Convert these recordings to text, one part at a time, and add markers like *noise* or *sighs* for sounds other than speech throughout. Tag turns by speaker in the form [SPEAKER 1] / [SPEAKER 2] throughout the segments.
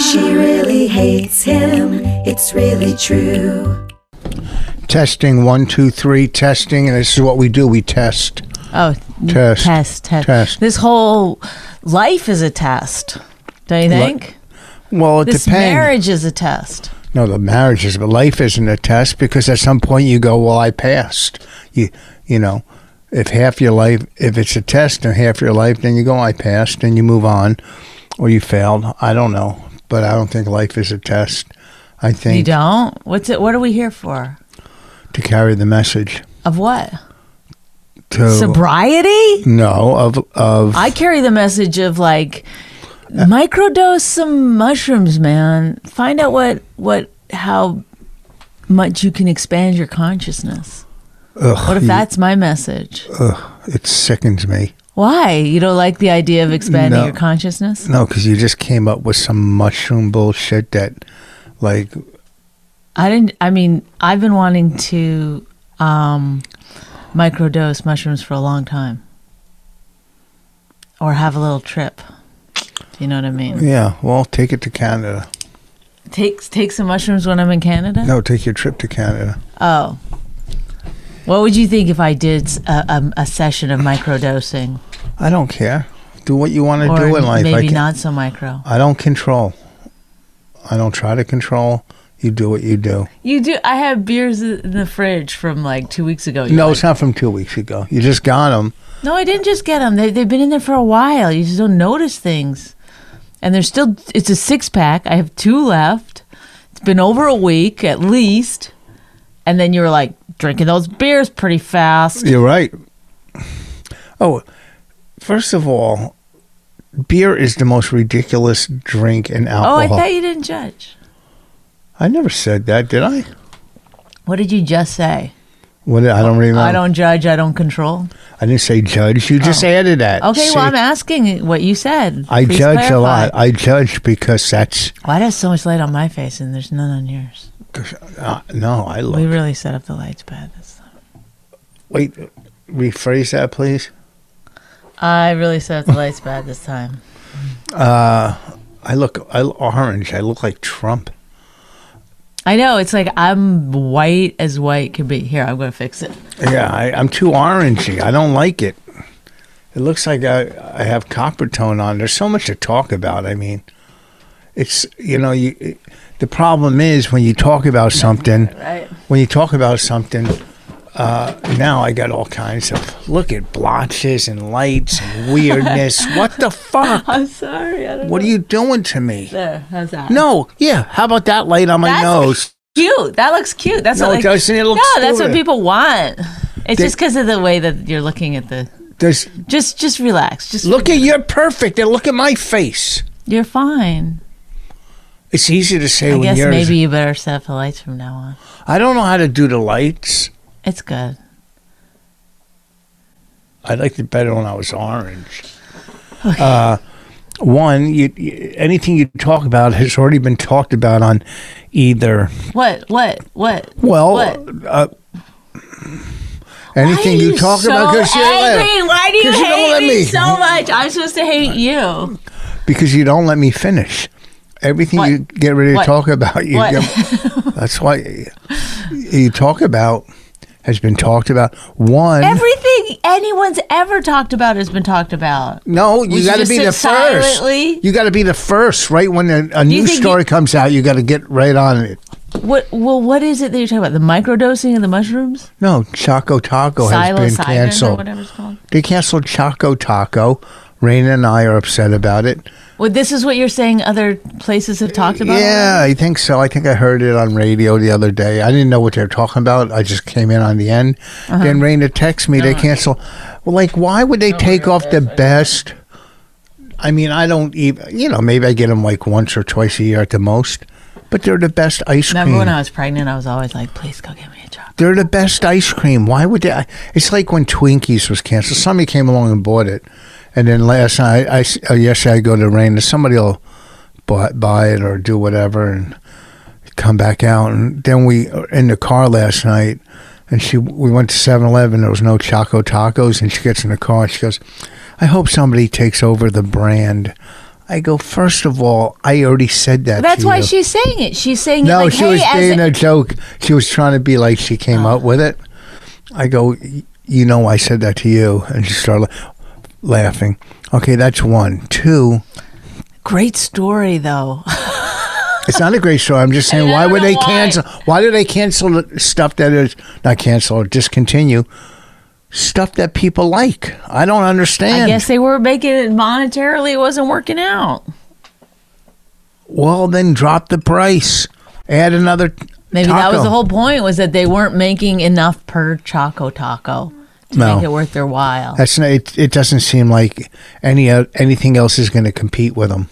[SPEAKER 1] She really hates him. It's really true.
[SPEAKER 2] Testing one, two, three, testing, and this is what we do. We test.
[SPEAKER 3] Oh,
[SPEAKER 2] Test.
[SPEAKER 3] test, test,
[SPEAKER 2] Test.
[SPEAKER 3] This whole life is a test. Don't you
[SPEAKER 2] Li-
[SPEAKER 3] think?
[SPEAKER 2] Well, it
[SPEAKER 3] this
[SPEAKER 2] depends.
[SPEAKER 3] marriage is a test.
[SPEAKER 2] No, the marriage is, but life isn't a test because at some point you go, "Well, I passed." You, you know, if half your life, if it's a test and half your life, then you go, "I passed," and you move on, or you failed. I don't know, but I don't think life is a test. I
[SPEAKER 3] You
[SPEAKER 2] think
[SPEAKER 3] don't. What's it? What are we here for?
[SPEAKER 2] to carry the message
[SPEAKER 3] Of what?
[SPEAKER 2] to *laughs*
[SPEAKER 3] Sobriety.
[SPEAKER 2] no of of
[SPEAKER 3] I carry the message of like microdose some mushrooms, man. Find out what what how much you can expand your consciousness.
[SPEAKER 2] ugh,
[SPEAKER 3] What if that's my message?
[SPEAKER 2] it sickens me.
[SPEAKER 3] Why you don't like the idea of expanding
[SPEAKER 2] No.
[SPEAKER 3] your consciousness?
[SPEAKER 2] No, because you just came up with some mushroom bullshit that, like,
[SPEAKER 3] I didn't. I mean, I've been wanting to um, microdose mushrooms for a long time, or have a little trip. You know what I mean?
[SPEAKER 2] yeah, well, take it to Canada.
[SPEAKER 3] Take take some mushrooms when I'm in Canada.
[SPEAKER 2] No, take your trip to Canada.
[SPEAKER 3] Oh, what would you think if I did s- a, a- a session of microdosing,
[SPEAKER 2] I don't care. Do what you want to
[SPEAKER 3] or
[SPEAKER 2] do in life. I
[SPEAKER 3] maybe
[SPEAKER 2] can,
[SPEAKER 3] not so micro?
[SPEAKER 2] I don't control. I don't try to control. You do what you do.
[SPEAKER 3] You do. I have beers in the fridge from like two weeks ago. You
[SPEAKER 2] No,
[SPEAKER 3] like-
[SPEAKER 2] it's not from two weeks ago. You just got them.
[SPEAKER 3] No, I didn't just get them. They, they've been in there for a while. You just don't notice things. And they're still, it's a six pack. I have two left. It's been over a week at least. And then you were like drinking those beers pretty fast.
[SPEAKER 2] You're right. Oh, first of all, beer is the most ridiculous drink in
[SPEAKER 3] Oh, I
[SPEAKER 2] alcohol.
[SPEAKER 3] thought you didn't judge.
[SPEAKER 2] I never said that, did I?
[SPEAKER 3] What did you just say?
[SPEAKER 2] What did- I don't remember.
[SPEAKER 3] I don't judge, I don't control.
[SPEAKER 2] I didn't say judge. You just added that.
[SPEAKER 3] Oh. Okay,
[SPEAKER 2] See,
[SPEAKER 3] well, I'm asking what you said.
[SPEAKER 2] I
[SPEAKER 3] Please
[SPEAKER 2] judge
[SPEAKER 3] clarify.
[SPEAKER 2] a lot. I judge because that's
[SPEAKER 3] Why does so much light on my face and there's none on yours?
[SPEAKER 2] uh, no. I
[SPEAKER 3] We
[SPEAKER 2] look.
[SPEAKER 3] really set up the lights bad. this time.
[SPEAKER 2] Wait, rephrase that, please.
[SPEAKER 3] I really set up the lights bad this time.
[SPEAKER 2] I look. I look orange. I look like Trump.
[SPEAKER 3] I know. It's like I'm white as white can be. Here, I'm going to fix it.
[SPEAKER 2] Yeah, I, I'm too orangey. I don't like it. It looks like I, I have copper tone on. There's so much to talk about. I mean, it's you know you. It, the problem is when you talk about something.
[SPEAKER 3] Right.
[SPEAKER 2] when you talk about something, uh, now I got all kinds of look at blotches and lights and
[SPEAKER 3] *laughs*
[SPEAKER 2] weirdness. what the fuck?
[SPEAKER 3] I'm sorry. I don't
[SPEAKER 2] What are you doing to me?
[SPEAKER 3] There. How's that?
[SPEAKER 2] No, yeah. How about that light on my
[SPEAKER 3] That's- *laughs*
[SPEAKER 2] nose?
[SPEAKER 3] Cute. That looks cute. That's
[SPEAKER 2] No,
[SPEAKER 3] what
[SPEAKER 2] it
[SPEAKER 3] like,
[SPEAKER 2] doesn't. It looks
[SPEAKER 3] No, that's what
[SPEAKER 2] stupid.
[SPEAKER 3] people want. It's
[SPEAKER 2] They-
[SPEAKER 3] just because of the way that you're looking at the.
[SPEAKER 2] There's,
[SPEAKER 3] Just, just relax. Just
[SPEAKER 2] look at you're perfect, and look at my face.
[SPEAKER 3] You're fine.
[SPEAKER 2] It's easy to say
[SPEAKER 3] I
[SPEAKER 2] when
[SPEAKER 3] guess
[SPEAKER 2] you're.
[SPEAKER 3] maybe you better set up the lights from now on.
[SPEAKER 2] I don't know how to do the lights.
[SPEAKER 3] It's good.
[SPEAKER 2] I liked it better when I was orange. Uh, one, you, you, anything you talk about has already been talked about on either.
[SPEAKER 3] What? What? What?
[SPEAKER 2] Well,
[SPEAKER 3] What?
[SPEAKER 2] Uh, anything
[SPEAKER 3] Why are
[SPEAKER 2] you talk
[SPEAKER 3] so
[SPEAKER 2] about because
[SPEAKER 3] angry? Why do you
[SPEAKER 2] 'Cause you don't
[SPEAKER 3] hate
[SPEAKER 2] let
[SPEAKER 3] me,
[SPEAKER 2] me.
[SPEAKER 3] so much? I'm supposed to hate you.
[SPEAKER 2] because you don't let me finish. Everything
[SPEAKER 3] What?
[SPEAKER 2] you get ready to
[SPEAKER 3] What?
[SPEAKER 2] talk about, you
[SPEAKER 3] *laughs* What?
[SPEAKER 2] get- that's why you talk about has been talked about. One,
[SPEAKER 3] Everything anyone's ever talked about has been talked about.
[SPEAKER 2] no,
[SPEAKER 3] We
[SPEAKER 2] you
[SPEAKER 3] should
[SPEAKER 2] got to
[SPEAKER 3] just
[SPEAKER 2] be
[SPEAKER 3] sit
[SPEAKER 2] the first.
[SPEAKER 3] silently?
[SPEAKER 2] You got to be the first, right when a, a
[SPEAKER 3] you
[SPEAKER 2] new
[SPEAKER 3] think
[SPEAKER 2] story
[SPEAKER 3] you-
[SPEAKER 2] comes out. You got to get right on it.
[SPEAKER 3] What? Well, what is it that you're talking about? The microdosing of the mushrooms?
[SPEAKER 2] No, Choco Taco has been
[SPEAKER 3] Psilocybin or
[SPEAKER 2] canceled.
[SPEAKER 3] whatever it's called.
[SPEAKER 2] They canceled Choco Taco. Raina and I are upset about it.
[SPEAKER 3] Well, this is what you're saying. Other places have talked about.
[SPEAKER 2] Yeah, I think so. I think I heard it on radio the other day. I didn't know what they were talking about. I just came in on the end.
[SPEAKER 3] Uh-huh.
[SPEAKER 2] Then Raina texts me. They
[SPEAKER 3] Oh.
[SPEAKER 2] cancel. Well, like, why would they take off the best? I mean, I don't even. You know, maybe I get them like once or twice a year at the most. But they're the best ice
[SPEAKER 3] Remember
[SPEAKER 2] cream.
[SPEAKER 3] when I was pregnant? I was always like, "Please go get me a chocolate."
[SPEAKER 2] They're the best ice cream. Why would they? It's like when Twinkies was canceled. Somebody came along and bought it, and then last night, I s- uh, yesterday, I go to rain, and somebody will buy, buy it or do uh, whatever, and come back out. And then we were in the car last night, and she we went to 7-Eleven. There was no Choco Tacos, and she gets in the car and she goes, "I hope somebody takes over the brand." I go, first of all, I already said that.
[SPEAKER 3] That's
[SPEAKER 2] to
[SPEAKER 3] why
[SPEAKER 2] you."
[SPEAKER 3] she's saying it. She's saying
[SPEAKER 2] No,
[SPEAKER 3] it like,
[SPEAKER 2] she
[SPEAKER 3] hey,
[SPEAKER 2] was
[SPEAKER 3] as
[SPEAKER 2] being
[SPEAKER 3] a- Oh.
[SPEAKER 2] a, joke. She was trying to be like she came up with it. I go, "Y- you know, I said that to you, and she started la- laughing. Okay, that's one. Two.
[SPEAKER 3] great story though. *laughs*
[SPEAKER 2] It's not a great story. I'm just saying,
[SPEAKER 3] mean, I
[SPEAKER 2] why
[SPEAKER 3] don't
[SPEAKER 2] would
[SPEAKER 3] know
[SPEAKER 2] they
[SPEAKER 3] why.
[SPEAKER 2] cancel? Why do they cancel the stuff that is not cancel or discontinue stuff that people like? I don't understand.
[SPEAKER 3] I guess they were making it monetarily. It wasn't working out.
[SPEAKER 2] Well, then drop the price. Add another.
[SPEAKER 3] Maybe that was
[SPEAKER 2] taco.
[SPEAKER 3] the whole point was that they weren't making enough per Choco Taco to
[SPEAKER 2] No.
[SPEAKER 3] make it worth their while.
[SPEAKER 2] That's not, it. It doesn't seem like any o- anything else is going to compete with them.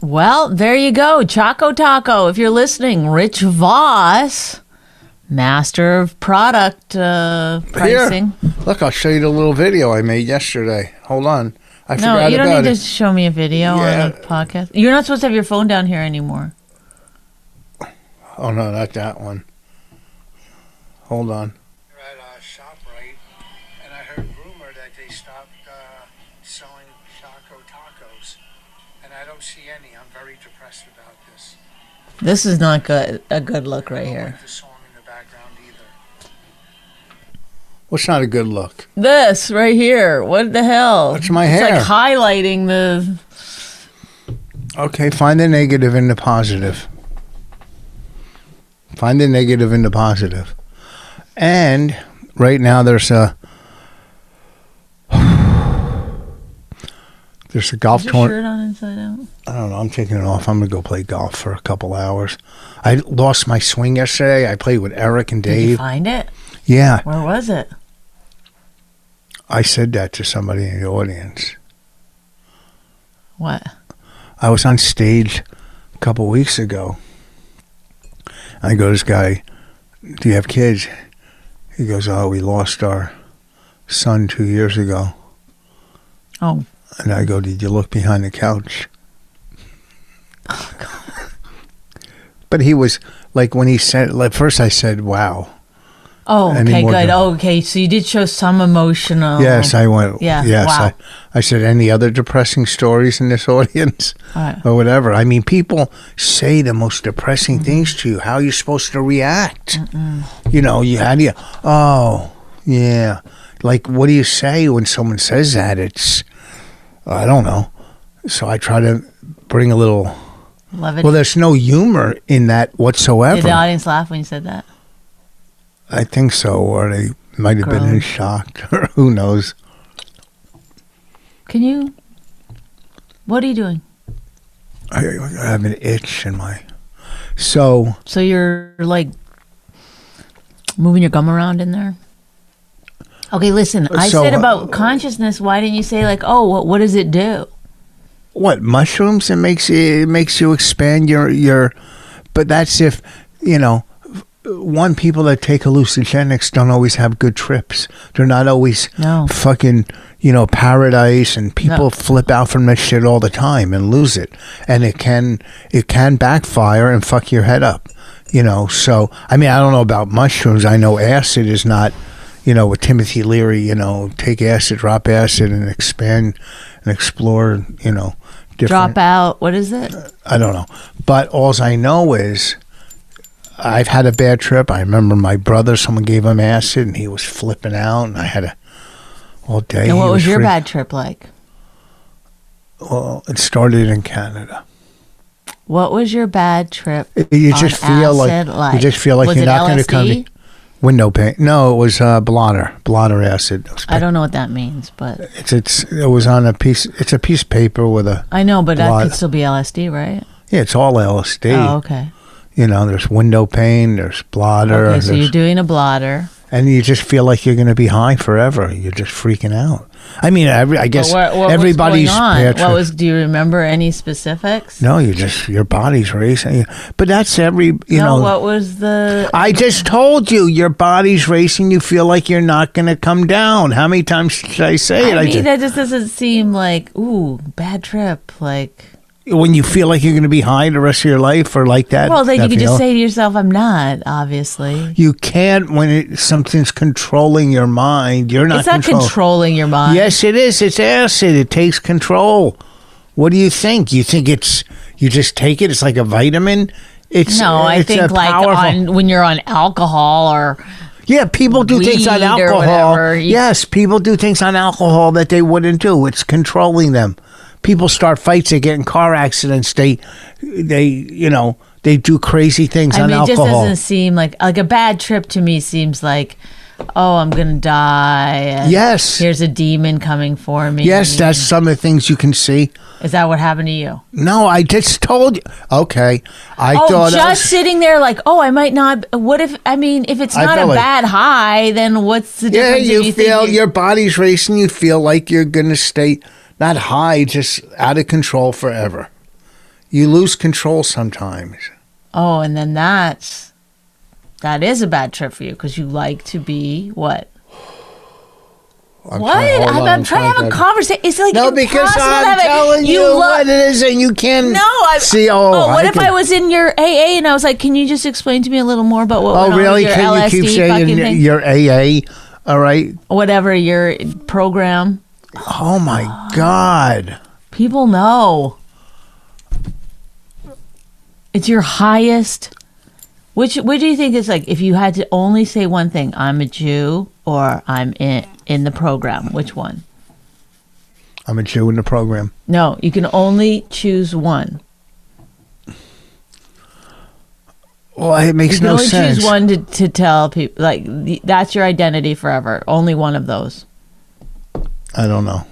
[SPEAKER 3] Well, there you go. Choco Taco. If you're listening, Rich Voss, master of product uh, pricing.
[SPEAKER 2] Look, I'll show you the little video I made yesterday. Hold on. I
[SPEAKER 3] No,
[SPEAKER 2] forgot
[SPEAKER 3] you
[SPEAKER 2] about
[SPEAKER 3] don't need
[SPEAKER 2] it.
[SPEAKER 3] to show me a video
[SPEAKER 2] Yeah.
[SPEAKER 3] or a podcast. You're not supposed to have your phone down here anymore.
[SPEAKER 2] Oh, no, not that one. Hold on.
[SPEAKER 4] at uh, ShopRite, and I heard rumor that they stopped uh, selling Choco Tacos, and I don't see any. I'm very depressed about this.
[SPEAKER 3] This is not good. A good look right
[SPEAKER 4] I don't
[SPEAKER 3] here.
[SPEAKER 4] like the song in the background either.
[SPEAKER 2] What's not a good look?
[SPEAKER 3] This right here. What the hell?
[SPEAKER 2] It's my
[SPEAKER 3] It's
[SPEAKER 2] hair.
[SPEAKER 3] like highlighting the.
[SPEAKER 2] Okay, find the negative and the positive. Find the negative and the positive. And right now there's a *sighs* there's a golf
[SPEAKER 3] Is your
[SPEAKER 2] tournament.
[SPEAKER 3] shirt on inside out?
[SPEAKER 2] I don't know. I'm taking it off. I'm gonna go play golf for a couple hours. I lost my swing yesterday. I played with Eric and
[SPEAKER 3] Did you
[SPEAKER 2] Dave.
[SPEAKER 3] find it?
[SPEAKER 2] Yeah,
[SPEAKER 3] Where was it?
[SPEAKER 2] I said that to somebody in the audience.
[SPEAKER 3] What?
[SPEAKER 2] I was on stage a couple weeks ago. I go to this guy, "Do you have kids?" He goes, "Oh, we lost our son two years ago."
[SPEAKER 3] Oh.
[SPEAKER 2] And I go, "Did you look behind the couch?"
[SPEAKER 3] Oh,
[SPEAKER 2] But he was like when he said, like first I said, "Wow."
[SPEAKER 3] Oh,
[SPEAKER 2] Any
[SPEAKER 3] okay,
[SPEAKER 2] more
[SPEAKER 3] good.
[SPEAKER 2] to-
[SPEAKER 3] Oh, okay, so you did show some emotional.
[SPEAKER 2] Yes, I went.
[SPEAKER 3] Um, Yeah,
[SPEAKER 2] Yes,
[SPEAKER 3] wow.
[SPEAKER 2] I, I said any other depressing stories in this *laughs* audience
[SPEAKER 3] Right.
[SPEAKER 2] or whatever. I mean, people say the most depressing
[SPEAKER 3] Mm-hmm.
[SPEAKER 2] things to you. How are you supposed to react? You know, you how do you? Oh, yeah. Like, what do you say when someone says that? It's I don't know. So I try to bring a little.
[SPEAKER 3] Love it.
[SPEAKER 2] Well, there's no humor in that whatsoever.
[SPEAKER 3] Did the audience laugh when you said that?
[SPEAKER 2] I think so, or they might have been
[SPEAKER 3] Grown.
[SPEAKER 2] in shock, *laughs* or who knows.
[SPEAKER 3] Can you? What are you doing?
[SPEAKER 2] I, I have an itch in my. So
[SPEAKER 3] So you're like moving your gum around in there. Okay, listen. I
[SPEAKER 2] So,
[SPEAKER 3] said
[SPEAKER 2] uh,
[SPEAKER 3] about consciousness. Why didn't you say like, oh, what, what does it do?
[SPEAKER 2] what mushrooms? It makes you, it makes you expand your your, but that's if you know. One people that take hallucinogens don't always have good trips. They're not always
[SPEAKER 3] No.
[SPEAKER 2] fucking you know paradise, and people flip out from that shit all the time and lose it, and it can it can backfire and fuck your head up. You know, so I mean, I don't know about mushrooms. I know acid is not you know, with Timothy Leary, you know, take acid, drop acid, and expand and explore, you know, different.
[SPEAKER 3] Drop out. What is it?
[SPEAKER 2] I don't know. But alls I know is I've had a bad trip. I remember my brother, someone gave him acid, and he was flipping out, and I had a all day.
[SPEAKER 3] And what
[SPEAKER 2] he
[SPEAKER 3] was your
[SPEAKER 2] freak-
[SPEAKER 3] bad trip like?
[SPEAKER 2] Well, it started in Canada.
[SPEAKER 3] What was your bad trip?
[SPEAKER 2] You
[SPEAKER 3] on
[SPEAKER 2] just feel like,
[SPEAKER 3] acid like?
[SPEAKER 2] you just feel like
[SPEAKER 3] Was
[SPEAKER 2] you're
[SPEAKER 3] it
[SPEAKER 2] not going to
[SPEAKER 3] LSD?
[SPEAKER 2] come. Window paint. No, it was uh, blotter, blotter acid. It was
[SPEAKER 3] I don't know what that means, but
[SPEAKER 2] It's, it's it was on a piece. It's a piece of paper with a
[SPEAKER 3] I know, but that
[SPEAKER 2] Lot.
[SPEAKER 3] could still be LSD, right?
[SPEAKER 2] Yeah, it's all LSD.
[SPEAKER 3] Oh, okay.
[SPEAKER 2] You know, there's window pane, there's blotter,
[SPEAKER 3] Okay, so
[SPEAKER 2] there's-
[SPEAKER 3] you're doing a blotter.
[SPEAKER 2] and you just feel like you're going to be high forever. You're just freaking out. I mean, every, I guess
[SPEAKER 3] But what, what
[SPEAKER 2] everybody's
[SPEAKER 3] was going on?
[SPEAKER 2] bad
[SPEAKER 3] What
[SPEAKER 2] trip-
[SPEAKER 3] was? Do you remember any specifics?
[SPEAKER 2] no, you just your body's racing. But that's every you
[SPEAKER 3] no
[SPEAKER 2] know.
[SPEAKER 3] what was the?
[SPEAKER 2] I just told you your body's racing. You feel like you're not going to come down. How many times should I say it?
[SPEAKER 3] I mean,
[SPEAKER 2] just,
[SPEAKER 3] that just doesn't seem like ooh bad trip. Like
[SPEAKER 2] when you feel like you're going to be high the rest of your life or like that.
[SPEAKER 3] Well, then
[SPEAKER 2] that
[SPEAKER 3] you could just
[SPEAKER 2] feeling?
[SPEAKER 3] say to yourself, "I'm not." Obviously,
[SPEAKER 2] You can't when it, something's controlling your mind. You're not,
[SPEAKER 3] it's not
[SPEAKER 2] control-
[SPEAKER 3] controlling your mind.
[SPEAKER 2] Yes, it is. It's acid. It takes control. What do you think? You think it's you just take it? It's like a vitamin. It's
[SPEAKER 3] No, I
[SPEAKER 2] it's
[SPEAKER 3] think
[SPEAKER 2] a
[SPEAKER 3] like
[SPEAKER 2] powerful-
[SPEAKER 3] on when you're on alcohol or
[SPEAKER 2] yeah, people do things on
[SPEAKER 3] weed or
[SPEAKER 2] alcohol.
[SPEAKER 3] whatever, you-
[SPEAKER 2] yes, people do things on alcohol that they wouldn't do. It's controlling them. People start fights. They get in car accidents. They they you know they do crazy things
[SPEAKER 3] I
[SPEAKER 2] on
[SPEAKER 3] mean, it just
[SPEAKER 2] alcohol.
[SPEAKER 3] doesn't seem like like a bad trip to me. Seems like, oh, I'm gonna die. and
[SPEAKER 2] Yes.
[SPEAKER 3] here's a demon coming for me.
[SPEAKER 2] Yes, that's some of the things you can see.
[SPEAKER 3] is that what happened to you?
[SPEAKER 2] No, I just told you. Okay, I
[SPEAKER 3] oh,
[SPEAKER 2] thought
[SPEAKER 3] just
[SPEAKER 2] I was-
[SPEAKER 3] sitting there like, oh, I might not. What if? I mean, if it's
[SPEAKER 2] I
[SPEAKER 3] not a
[SPEAKER 2] felt like-
[SPEAKER 3] bad high, then what's
[SPEAKER 2] Yeah,
[SPEAKER 3] the difference? if
[SPEAKER 2] you,
[SPEAKER 3] think
[SPEAKER 2] feel
[SPEAKER 3] you're-
[SPEAKER 2] your body's racing. You feel like you're going to stay not high, just out of control forever. You lose control sometimes.
[SPEAKER 3] Oh, and then that's that is a bad trip for you because you like to be what?
[SPEAKER 2] I'm
[SPEAKER 3] what?
[SPEAKER 2] trying- hold
[SPEAKER 3] I'm,
[SPEAKER 2] on,
[SPEAKER 3] I'm trying to have a conversation. It's like
[SPEAKER 2] No, because
[SPEAKER 3] impossible to
[SPEAKER 2] I'm
[SPEAKER 3] have a-
[SPEAKER 2] telling you,
[SPEAKER 3] lo-
[SPEAKER 2] what it is, and you can
[SPEAKER 3] No, I
[SPEAKER 2] see. Oh,
[SPEAKER 3] what
[SPEAKER 2] I
[SPEAKER 3] if
[SPEAKER 2] can-
[SPEAKER 3] I was in your AA and I was like, "Can you just explain to me a little more about what? went
[SPEAKER 2] Oh,
[SPEAKER 3] on with
[SPEAKER 2] really?
[SPEAKER 3] Your
[SPEAKER 2] Can
[SPEAKER 3] LSD
[SPEAKER 2] you keep
[SPEAKER 3] fucking
[SPEAKER 2] saying
[SPEAKER 3] thing?
[SPEAKER 2] your AA? All right.
[SPEAKER 3] whatever your program?"
[SPEAKER 2] Oh
[SPEAKER 3] Ah.
[SPEAKER 2] my God.
[SPEAKER 3] People know. It's your highest. Which which do you think is like if you had to only say one thing, I'm a Jew or I'm in in the program, which one?
[SPEAKER 2] I'm a Jew in the program.
[SPEAKER 3] No, you can only choose one.
[SPEAKER 2] Well, it
[SPEAKER 3] You
[SPEAKER 2] makes
[SPEAKER 3] can
[SPEAKER 2] no
[SPEAKER 3] only
[SPEAKER 2] sense.
[SPEAKER 3] choose one to, to tell people like the, that's your identity forever. Only one of those.
[SPEAKER 2] I don't know.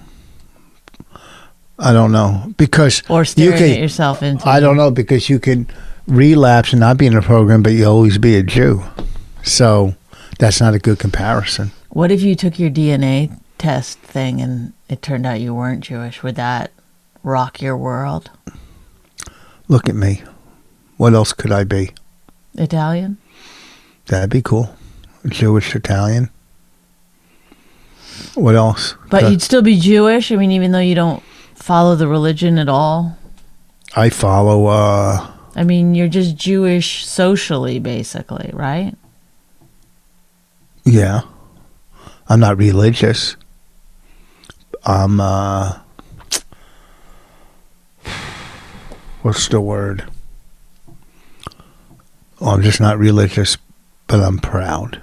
[SPEAKER 2] I don't know because
[SPEAKER 3] Or
[SPEAKER 2] you
[SPEAKER 3] staring at
[SPEAKER 2] can.
[SPEAKER 3] yourself into
[SPEAKER 2] I don't know because you can relapse and not be in a program, but you always be a Jew. So that's not a good comparison.
[SPEAKER 3] What if you took your DNA test thing and it turned out you weren't Jewish? Would that rock your world?
[SPEAKER 2] Look at me. What else could I be?
[SPEAKER 3] Italian?
[SPEAKER 2] That'd be cool. Jewish Italian. What else?
[SPEAKER 3] But
[SPEAKER 2] Uh,
[SPEAKER 3] you'd still be Jewish. I mean, even though you don't follow the religion at all.
[SPEAKER 2] I follow. uh
[SPEAKER 3] I mean, you're just Jewish socially, basically, right?
[SPEAKER 2] Yeah, I'm not religious. I'm. uh What's the word? Oh, I'm just not religious, but I'm proud.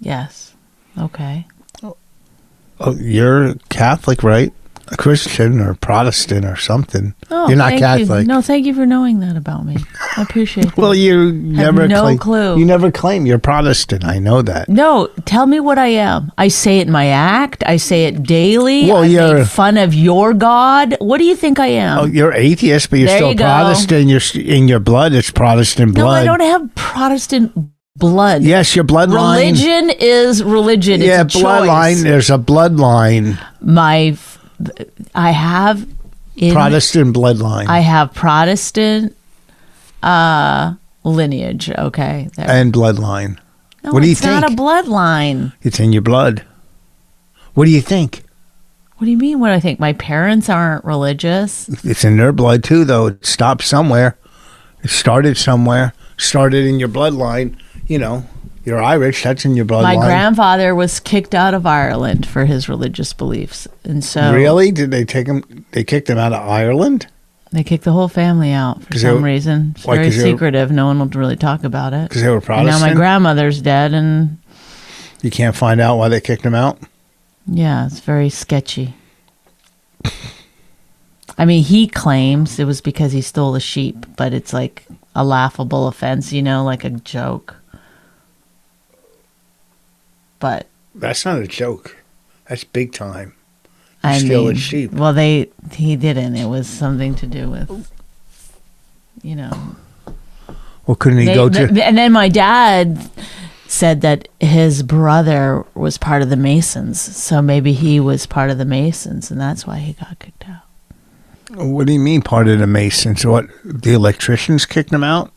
[SPEAKER 3] Yes. Okay.
[SPEAKER 2] Oh, you're Catholic, right? A Christian or Protestant or something.
[SPEAKER 3] Oh,
[SPEAKER 2] you're not
[SPEAKER 3] thank you.
[SPEAKER 2] Catholic.
[SPEAKER 3] No, thank you for knowing that about me. I appreciate that.
[SPEAKER 2] Well, you never
[SPEAKER 3] no
[SPEAKER 2] claim-
[SPEAKER 3] clue.
[SPEAKER 2] You never claim you're Protestant. I know that.
[SPEAKER 3] no, tell me what I am. I say it in my act. I say it daily.
[SPEAKER 2] Well,
[SPEAKER 3] I
[SPEAKER 2] you're-
[SPEAKER 3] make fun of your God. What do you think I am?
[SPEAKER 2] Oh, you're atheist, but you're
[SPEAKER 3] There
[SPEAKER 2] still
[SPEAKER 3] you go.
[SPEAKER 2] Protestant. You're st- in your blood. It's Protestant
[SPEAKER 3] no,
[SPEAKER 2] blood.
[SPEAKER 3] I don't have Protestant blood.
[SPEAKER 2] yes, your bloodline.
[SPEAKER 3] Religion is religion.
[SPEAKER 2] yeah,
[SPEAKER 3] it's a
[SPEAKER 2] bloodline.
[SPEAKER 3] choice.
[SPEAKER 2] There's a bloodline,
[SPEAKER 3] My, f- I have in
[SPEAKER 2] Protestant bloodline,
[SPEAKER 3] I have Protestant uh, lineage. Okay, there.
[SPEAKER 2] and bloodline.
[SPEAKER 3] No,
[SPEAKER 2] what do you
[SPEAKER 3] it's not a
[SPEAKER 2] think?
[SPEAKER 3] bloodline.
[SPEAKER 2] It's in your blood. What do you think?
[SPEAKER 3] What do you mean? What do I think? My parents aren't religious.
[SPEAKER 2] It's in their blood too, though. It stopped somewhere. It started somewhere. Started in your bloodline. You know, you're Irish. That's in your bloodline.
[SPEAKER 3] My grandfather was kicked out of Ireland for his religious beliefs, and so
[SPEAKER 2] Really? Did they take him? They kicked him out of Ireland.
[SPEAKER 3] they kicked the whole family out for
[SPEAKER 2] 'Cause
[SPEAKER 3] some
[SPEAKER 2] they-
[SPEAKER 3] reason. It's
[SPEAKER 2] why,
[SPEAKER 3] very
[SPEAKER 2] 'cause they-
[SPEAKER 3] secretive. No one will really talk about it.
[SPEAKER 2] 'Cause they were
[SPEAKER 3] And now my
[SPEAKER 2] Protestant?
[SPEAKER 3] grandmother's dead, and
[SPEAKER 2] You can't find out why they kicked him out.
[SPEAKER 3] Yeah, it's very sketchy. I mean, he claims it was because he stole a sheep, but it's like a laughable offense, you know, like a joke. But
[SPEAKER 2] That's not a joke. That's big time.
[SPEAKER 3] I
[SPEAKER 2] Steal a
[SPEAKER 3] mean,
[SPEAKER 2] sheep.
[SPEAKER 3] well, they he didn't. It was something to do with, you know,
[SPEAKER 2] Well, couldn't he
[SPEAKER 3] They-
[SPEAKER 2] go to?
[SPEAKER 3] th- and then my dad said that his brother was part of the Masons, so maybe he was part of the Masons, and that's why he got kicked out.
[SPEAKER 2] What do you mean part of the Masons? What the electricians kicked them out?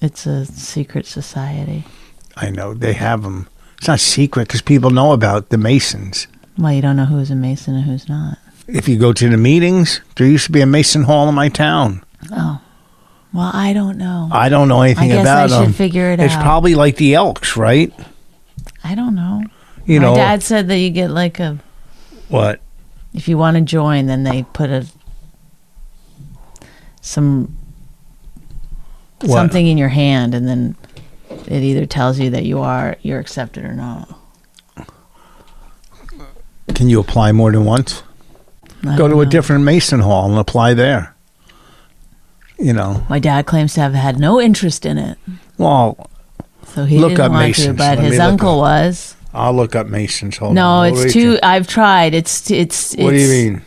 [SPEAKER 3] It's a secret society.
[SPEAKER 2] I know they have them. It's not secret because people know about the Masons.
[SPEAKER 3] Well, you don't know who's a Mason and who's not.
[SPEAKER 2] If you go to the meetings, there used to be a Mason Hall in my town.
[SPEAKER 3] Well, I don't know.
[SPEAKER 2] I don't know anything
[SPEAKER 3] guess I
[SPEAKER 2] about
[SPEAKER 3] should
[SPEAKER 2] them.
[SPEAKER 3] figure it
[SPEAKER 2] it's
[SPEAKER 3] out.
[SPEAKER 2] probably like the Elks, right?
[SPEAKER 3] I don't know.
[SPEAKER 2] You
[SPEAKER 3] My
[SPEAKER 2] know
[SPEAKER 3] dad said that you get like a
[SPEAKER 2] what?
[SPEAKER 3] if you want to join, then they put a some
[SPEAKER 2] What?
[SPEAKER 3] something in your hand, and then it either tells you that you are you're accepted or not.
[SPEAKER 2] Can you apply more than once?
[SPEAKER 3] I
[SPEAKER 2] Go
[SPEAKER 3] don't
[SPEAKER 2] to a
[SPEAKER 3] know.
[SPEAKER 2] different Mason Hall and apply there. You know,
[SPEAKER 3] My dad claims to have had no interest in it,
[SPEAKER 2] well,
[SPEAKER 3] so he
[SPEAKER 2] Look
[SPEAKER 3] didn't
[SPEAKER 2] up
[SPEAKER 3] want to.
[SPEAKER 2] Masons. Let
[SPEAKER 3] But his
[SPEAKER 2] me look
[SPEAKER 3] uncle was.
[SPEAKER 2] I'll look up Mason's Hall.
[SPEAKER 3] No,
[SPEAKER 2] What do you
[SPEAKER 3] it's too.
[SPEAKER 2] think?
[SPEAKER 3] I've tried. It's it's.
[SPEAKER 2] What do you
[SPEAKER 3] it's-
[SPEAKER 2] mean?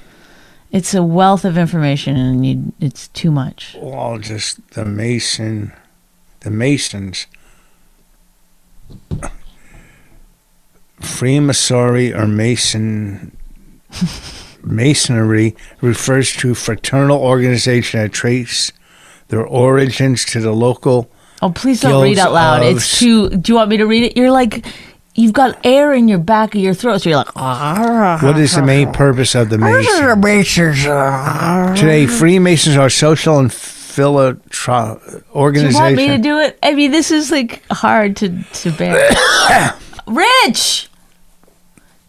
[SPEAKER 3] It's a wealth of information, and you, it's too much.
[SPEAKER 2] Well, just the Mason, the Masons, Freemasonry or Mason Masonry refers to fraternal organization that trace their origins to the local.
[SPEAKER 3] Oh, please don't read
[SPEAKER 2] Guilds
[SPEAKER 3] out loud.
[SPEAKER 2] of
[SPEAKER 3] It's too. Do you want me to read it? You're like, you've got air in your back of your throat, so you're like, oh,
[SPEAKER 2] What is the main purpose of the Mason?
[SPEAKER 5] Masons.
[SPEAKER 3] uh,
[SPEAKER 2] Today, Freemasons are social and philanthropic
[SPEAKER 3] do you
[SPEAKER 2] organization.
[SPEAKER 3] want me to do it? I mean, this is like hard to
[SPEAKER 2] *coughs*
[SPEAKER 3] to bear. Rich,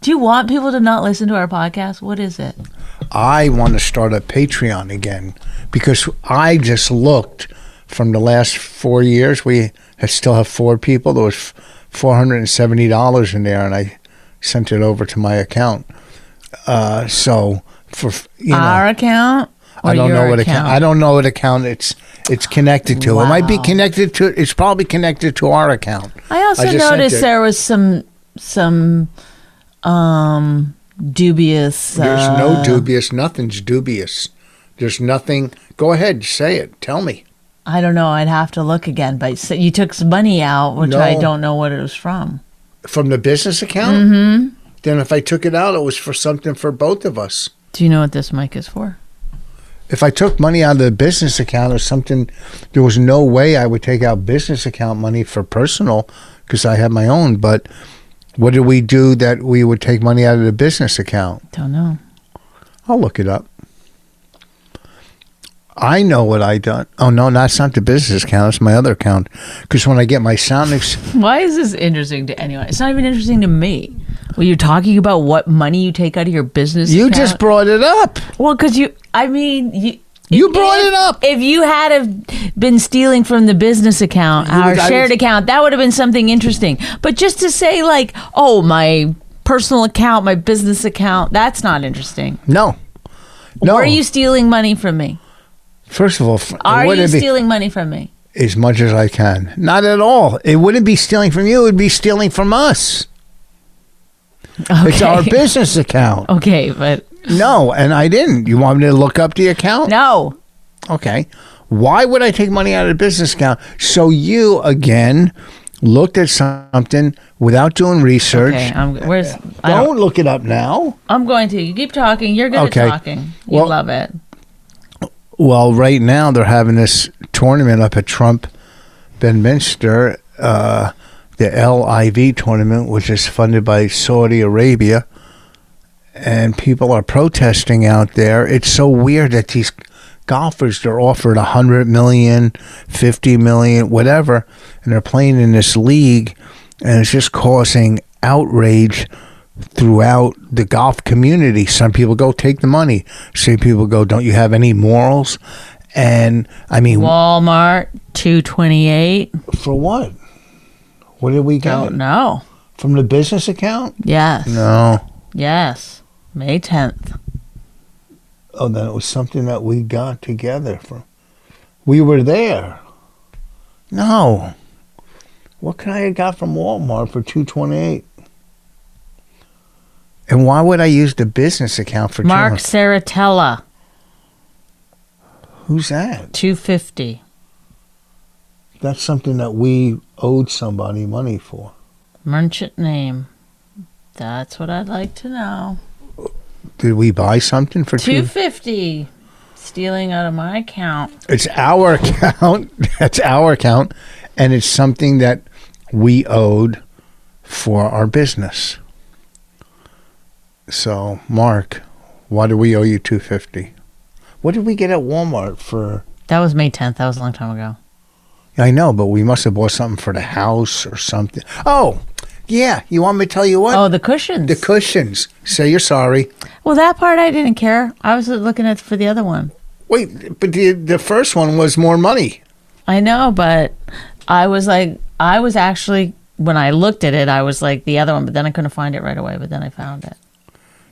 [SPEAKER 3] do you want people to not listen to our podcast? What is it?
[SPEAKER 2] I want to start a Patreon again because I just looked from the last four years. We ha- still have four people. There was four hundred and seventy dollars in there, and I sent it over to my account. Uh, so for f- you know,
[SPEAKER 3] our account? Or
[SPEAKER 2] I don't
[SPEAKER 3] your
[SPEAKER 2] know what account. I don't know what account it's it's connected to. It might be
[SPEAKER 3] Wow.
[SPEAKER 2] connected to. It's probably connected to our account.
[SPEAKER 3] I also
[SPEAKER 2] I just sent
[SPEAKER 3] noticed
[SPEAKER 2] it.
[SPEAKER 3] there was some some um dubious.
[SPEAKER 2] There's
[SPEAKER 3] uh,
[SPEAKER 2] no dubious. Nothing's dubious. There's nothing. Go ahead, say it. Tell me.
[SPEAKER 3] I don't know. I'd have to look again. But so you took some money out, which I
[SPEAKER 2] No.
[SPEAKER 3] don't know what it was from. Hmm?
[SPEAKER 2] from the business account. Then if I took it out, it was for something for both of us.
[SPEAKER 3] Do you know what this mic is for?
[SPEAKER 2] If I took money out of the business account or something, there was no way I would take out business account money for personal because I had my own. But what did we do that we would take money out of the business account?
[SPEAKER 3] Don't know. *laughs*
[SPEAKER 2] I'll look it up. I know what I done. Oh no, that's not the business account. It's my other account. Because when I get my sound, ex-
[SPEAKER 3] Why is this interesting to anyone? It's not even interesting to me. Well, you're talking about what money you take out of your business.
[SPEAKER 2] you
[SPEAKER 3] account?
[SPEAKER 2] just brought it up.
[SPEAKER 3] well, because you. I mean, you.
[SPEAKER 2] You
[SPEAKER 3] if-
[SPEAKER 2] brought it up.
[SPEAKER 3] If you had have been stealing from the business account, our
[SPEAKER 2] would- I
[SPEAKER 3] shared
[SPEAKER 2] would-
[SPEAKER 3] account, that would have been something interesting. But just to say, like, oh, my personal account, my business account, that's not interesting.
[SPEAKER 2] No, no.
[SPEAKER 3] Are you stealing money from me?
[SPEAKER 2] First of all, f-
[SPEAKER 3] Are
[SPEAKER 2] would
[SPEAKER 3] you
[SPEAKER 2] it be-
[SPEAKER 3] stealing money from me?
[SPEAKER 2] as much as I can. Not at all. It wouldn't be stealing from you. It would be stealing from us.
[SPEAKER 3] Okay. *laughs*
[SPEAKER 2] It's our business account.
[SPEAKER 3] Okay, but
[SPEAKER 2] No, and I didn't. You want me to look up the account?
[SPEAKER 3] no.
[SPEAKER 2] Okay. Why would I take money out of the business account? So you again looked at something without doing research.
[SPEAKER 3] Okay, I'm where's I
[SPEAKER 2] Don't,
[SPEAKER 3] don't,
[SPEAKER 2] look it up now.
[SPEAKER 3] I'm going to. You keep talking. You're good
[SPEAKER 2] Okay.
[SPEAKER 3] at talking. You
[SPEAKER 2] Well-
[SPEAKER 3] love it.
[SPEAKER 2] Well, right now they're having this tournament up at Trump Benminster, uh, the LIV tournament, which is funded by Saudi Arabia, and people are protesting out there. It's so weird that these golfers they're offered a hundred million, fifty million, whatever, and they're playing in this league, and it's just causing outrage throughout the golf community. Some people go take the money. Some people go, don't you have any morals? And I mean,
[SPEAKER 3] Walmart 228.
[SPEAKER 2] for what? What did we get
[SPEAKER 3] Don't know.
[SPEAKER 2] from the business account?
[SPEAKER 3] Yes.
[SPEAKER 2] No.
[SPEAKER 3] Yes. May 10th.
[SPEAKER 2] Oh, then it was something that we got together from. We were there. No. What could I have got from Walmart for two twenty eight? And why would I use the business account for
[SPEAKER 3] Mark
[SPEAKER 2] $200?
[SPEAKER 3] Saratella
[SPEAKER 2] Who's that?
[SPEAKER 3] 250.
[SPEAKER 2] That's something that we owed somebody money for.
[SPEAKER 3] Merchant name. That's what I'd like to know.
[SPEAKER 2] Did we buy something for two?
[SPEAKER 3] 250. Stealing out of my account.
[SPEAKER 2] It's our account. *laughs* That's our account, and it's something that we owed for our business. So, Mark, Why do we owe you two fifty? What did we get at Walmart for?
[SPEAKER 3] That was May 10th. That was a long time ago.
[SPEAKER 2] I know, but we must have bought something for the house or something. Oh, yeah. You want me to tell you what?
[SPEAKER 3] Oh, the cushions.
[SPEAKER 2] the cushions. Say you're sorry.
[SPEAKER 3] well, that part I didn't care. I was looking at for the other one.
[SPEAKER 2] Wait, but the the first one was more money.
[SPEAKER 3] I know, but I was like, I was actually when I looked at it, I was like the other one, but then I couldn't find it right away. But then I found it.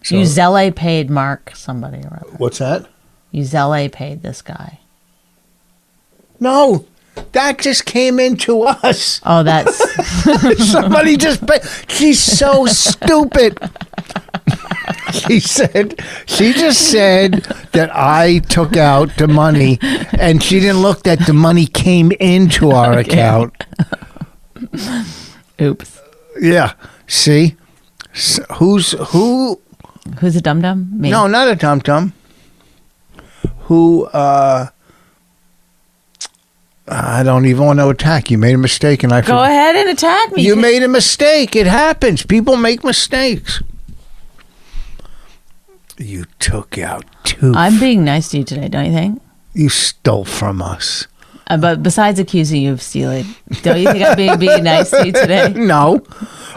[SPEAKER 2] So-
[SPEAKER 3] Uzele paid Mark somebody or other.
[SPEAKER 2] What's that?
[SPEAKER 3] Uzele paid this guy.
[SPEAKER 2] No, that just came into us.
[SPEAKER 3] Oh, that's
[SPEAKER 2] *laughs* Somebody just. Paid. She's so stupid. She said, she just said that I took out the money and she didn't look that the money came into our account.
[SPEAKER 3] oops.
[SPEAKER 2] Yeah. See? S who's, who?
[SPEAKER 3] Who's a dum dum? Me.
[SPEAKER 2] No, not a Tom Tom. Who, uh, I don't even want to attack. You made a mistake and I
[SPEAKER 3] Go
[SPEAKER 2] forgot.
[SPEAKER 3] ahead and attack me.
[SPEAKER 2] You made a mistake. It happens. People make mistakes. You took out two.
[SPEAKER 3] I'm being nice to you today, don't you think?
[SPEAKER 2] you stole from us.
[SPEAKER 3] Uh, but besides accusing you of stealing, don't you think I'm being, being nice to you today?
[SPEAKER 2] No.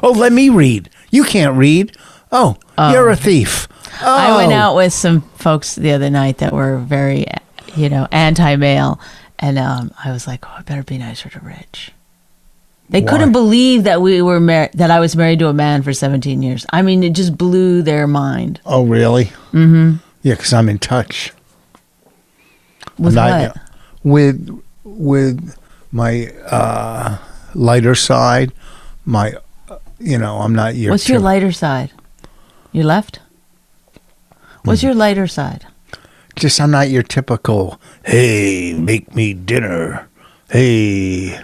[SPEAKER 2] Oh, let me read. You can't read. Oh, you're a thief. Oh.
[SPEAKER 3] I went out with some folks the other night that were very, you know, anti-male, and um, I was like, "Oh, I better be nicer to Rich." They
[SPEAKER 2] Why?
[SPEAKER 3] couldn't believe that we were mar- that I was married to a man for 17 years. I mean, it just blew their mind.
[SPEAKER 2] Oh, really? Mm-hmm. Yeah, because I'm in touch.
[SPEAKER 3] With
[SPEAKER 2] Not
[SPEAKER 3] what?
[SPEAKER 2] yet. with with my uh, lighter side. My, uh, you know, I'm not your.
[SPEAKER 3] What's your
[SPEAKER 2] two-
[SPEAKER 3] lighter side? Your left. What's
[SPEAKER 2] Mm-hmm.
[SPEAKER 3] your lighter side?
[SPEAKER 2] Just I'm not your typical. Hey, make me dinner. Hey,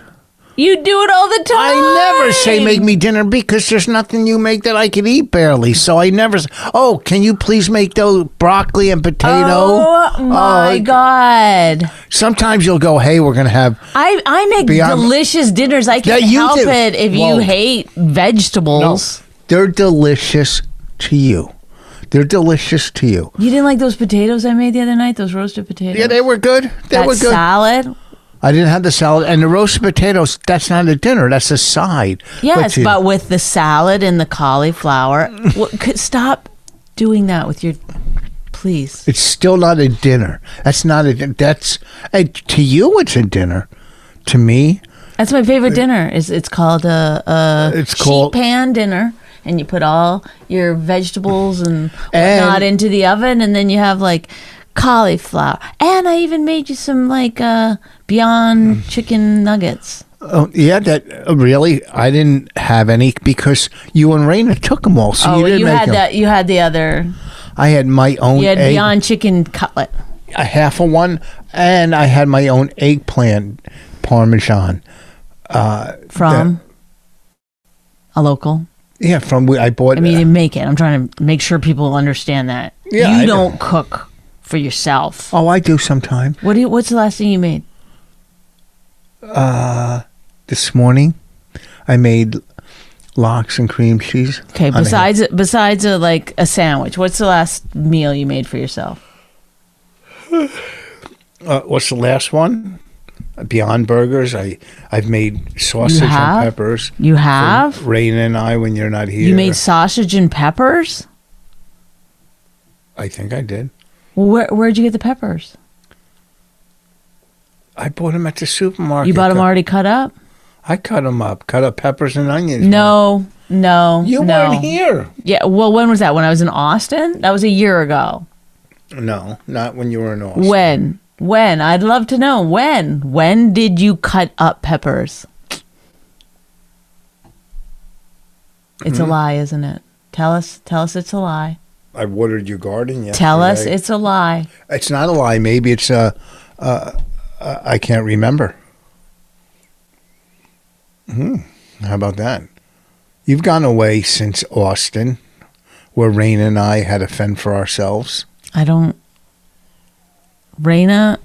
[SPEAKER 3] You do it all the time.
[SPEAKER 2] I never say make me dinner because there's nothing you make that I can eat barely. So I never. s- Oh, can you please make those broccoli and potato?
[SPEAKER 3] Oh my
[SPEAKER 2] Oh,
[SPEAKER 3] god!
[SPEAKER 2] Sometimes you'll go, hey, we're gonna have
[SPEAKER 3] I I make
[SPEAKER 2] Beyond-
[SPEAKER 3] delicious dinners. I
[SPEAKER 2] That
[SPEAKER 3] can't
[SPEAKER 2] you
[SPEAKER 3] help
[SPEAKER 2] do.
[SPEAKER 3] it if
[SPEAKER 2] Whoa.
[SPEAKER 3] you hate vegetables.
[SPEAKER 2] They're delicious to you. They're delicious to you.
[SPEAKER 3] You didn't like those potatoes I made the other night. Those roasted potatoes.
[SPEAKER 2] Yeah, they were good. They
[SPEAKER 3] that
[SPEAKER 2] were good.
[SPEAKER 3] salad.
[SPEAKER 2] I didn't have the salad and the roasted potatoes. That's not a dinner. That's a side.
[SPEAKER 3] Yes,
[SPEAKER 2] you-
[SPEAKER 3] but, with the salad and the
[SPEAKER 2] *laughs*
[SPEAKER 3] cauliflower. what, could, stop doing that with your, please.
[SPEAKER 2] it's still not a dinner. That's not a. din- That's eh, to you. It's a dinner. To me,
[SPEAKER 3] That's my favorite dinner. Is it's called a, a
[SPEAKER 2] It's
[SPEAKER 3] sheet
[SPEAKER 2] called-
[SPEAKER 3] pan dinner, and you put all your vegetables and
[SPEAKER 2] *laughs* And-
[SPEAKER 3] whatnot into the oven, and then you have like cauliflower. And I even made you some like uh,
[SPEAKER 2] Mm.
[SPEAKER 3] Beyond Chicken Nuggets.
[SPEAKER 2] oh yeah, that uh, really. I didn't have any because you and Raina took them all, so
[SPEAKER 3] oh,
[SPEAKER 2] you didn't
[SPEAKER 3] you
[SPEAKER 2] make
[SPEAKER 3] had
[SPEAKER 2] them.
[SPEAKER 3] that. You had the other.
[SPEAKER 2] I had my own
[SPEAKER 3] You had
[SPEAKER 2] egg,
[SPEAKER 3] Beyond Chicken Cutlet.
[SPEAKER 2] a half of one, and I had my own eggplant parmesan.
[SPEAKER 3] from a local.
[SPEAKER 2] Yeah, from I bought.
[SPEAKER 3] I mean, you make it. I'm trying to make sure people understand that
[SPEAKER 2] Yeah,
[SPEAKER 3] you
[SPEAKER 2] I-
[SPEAKER 3] don't cook for yourself.
[SPEAKER 2] oh, I do sometimes.
[SPEAKER 3] What do you, What's the last thing you made?
[SPEAKER 2] This morning, I made lox and cream cheese.
[SPEAKER 3] Okay,
[SPEAKER 2] on a-
[SPEAKER 3] besides besides a, like a sandwich, what's the last meal you made for yourself?
[SPEAKER 2] uh, what's the last one? Beyond Burgers. I I've made sausage
[SPEAKER 3] have?
[SPEAKER 2] and peppers.
[SPEAKER 3] You
[SPEAKER 2] for
[SPEAKER 3] have
[SPEAKER 2] Raina and I when you're not here.
[SPEAKER 3] you made sausage and peppers.
[SPEAKER 2] I think I did.
[SPEAKER 3] Where where'd you get the peppers?
[SPEAKER 2] I bought them at the supermarket.
[SPEAKER 3] You bought them
[SPEAKER 2] Cut-
[SPEAKER 3] already cut up?
[SPEAKER 2] I cut them up. Cut up peppers and onions.
[SPEAKER 3] No, no,
[SPEAKER 2] you
[SPEAKER 3] no.
[SPEAKER 2] weren't here.
[SPEAKER 3] Yeah. Well, when was that? When I was in Austin? That was a year ago.
[SPEAKER 2] No, not when you were in Austin.
[SPEAKER 3] When? When? I'd love to know. When? When did you cut up peppers? It's
[SPEAKER 2] Hmm?
[SPEAKER 3] a lie, isn't it? Tell us. Tell us it's a lie.
[SPEAKER 2] I watered your garden. Yesterday.
[SPEAKER 3] Tell us it's a lie.
[SPEAKER 2] It's not a lie. Maybe it's a. Uh, uh, I can't remember. Hmm. How about that? You've gone away since Austin, where Raina and I had to fend for ourselves.
[SPEAKER 3] I don't. Raina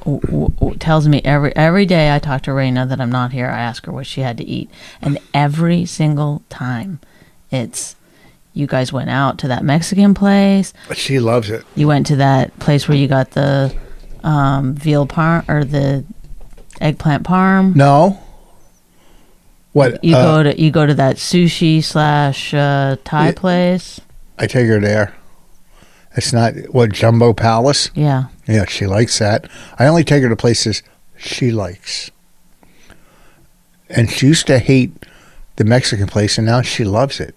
[SPEAKER 3] w- w- w- tells me every every day I talk to Raina that I'm not here. I ask her what she had to eat, and every single time, it's you guys went out to that Mexican place.
[SPEAKER 2] She loves it.
[SPEAKER 3] You went to that place where you got the um, veal parm or the eggplant parm.
[SPEAKER 2] No. What?
[SPEAKER 3] You
[SPEAKER 2] uh,
[SPEAKER 3] go to you go to that sushi slash uh, Thai
[SPEAKER 2] Yeah.
[SPEAKER 3] place.
[SPEAKER 2] I take her there. It's not what Jumbo Palace.
[SPEAKER 3] Yeah,
[SPEAKER 2] Yeah, she likes that. I only take her to places she likes. And she used to hate the Mexican place, and now she loves it.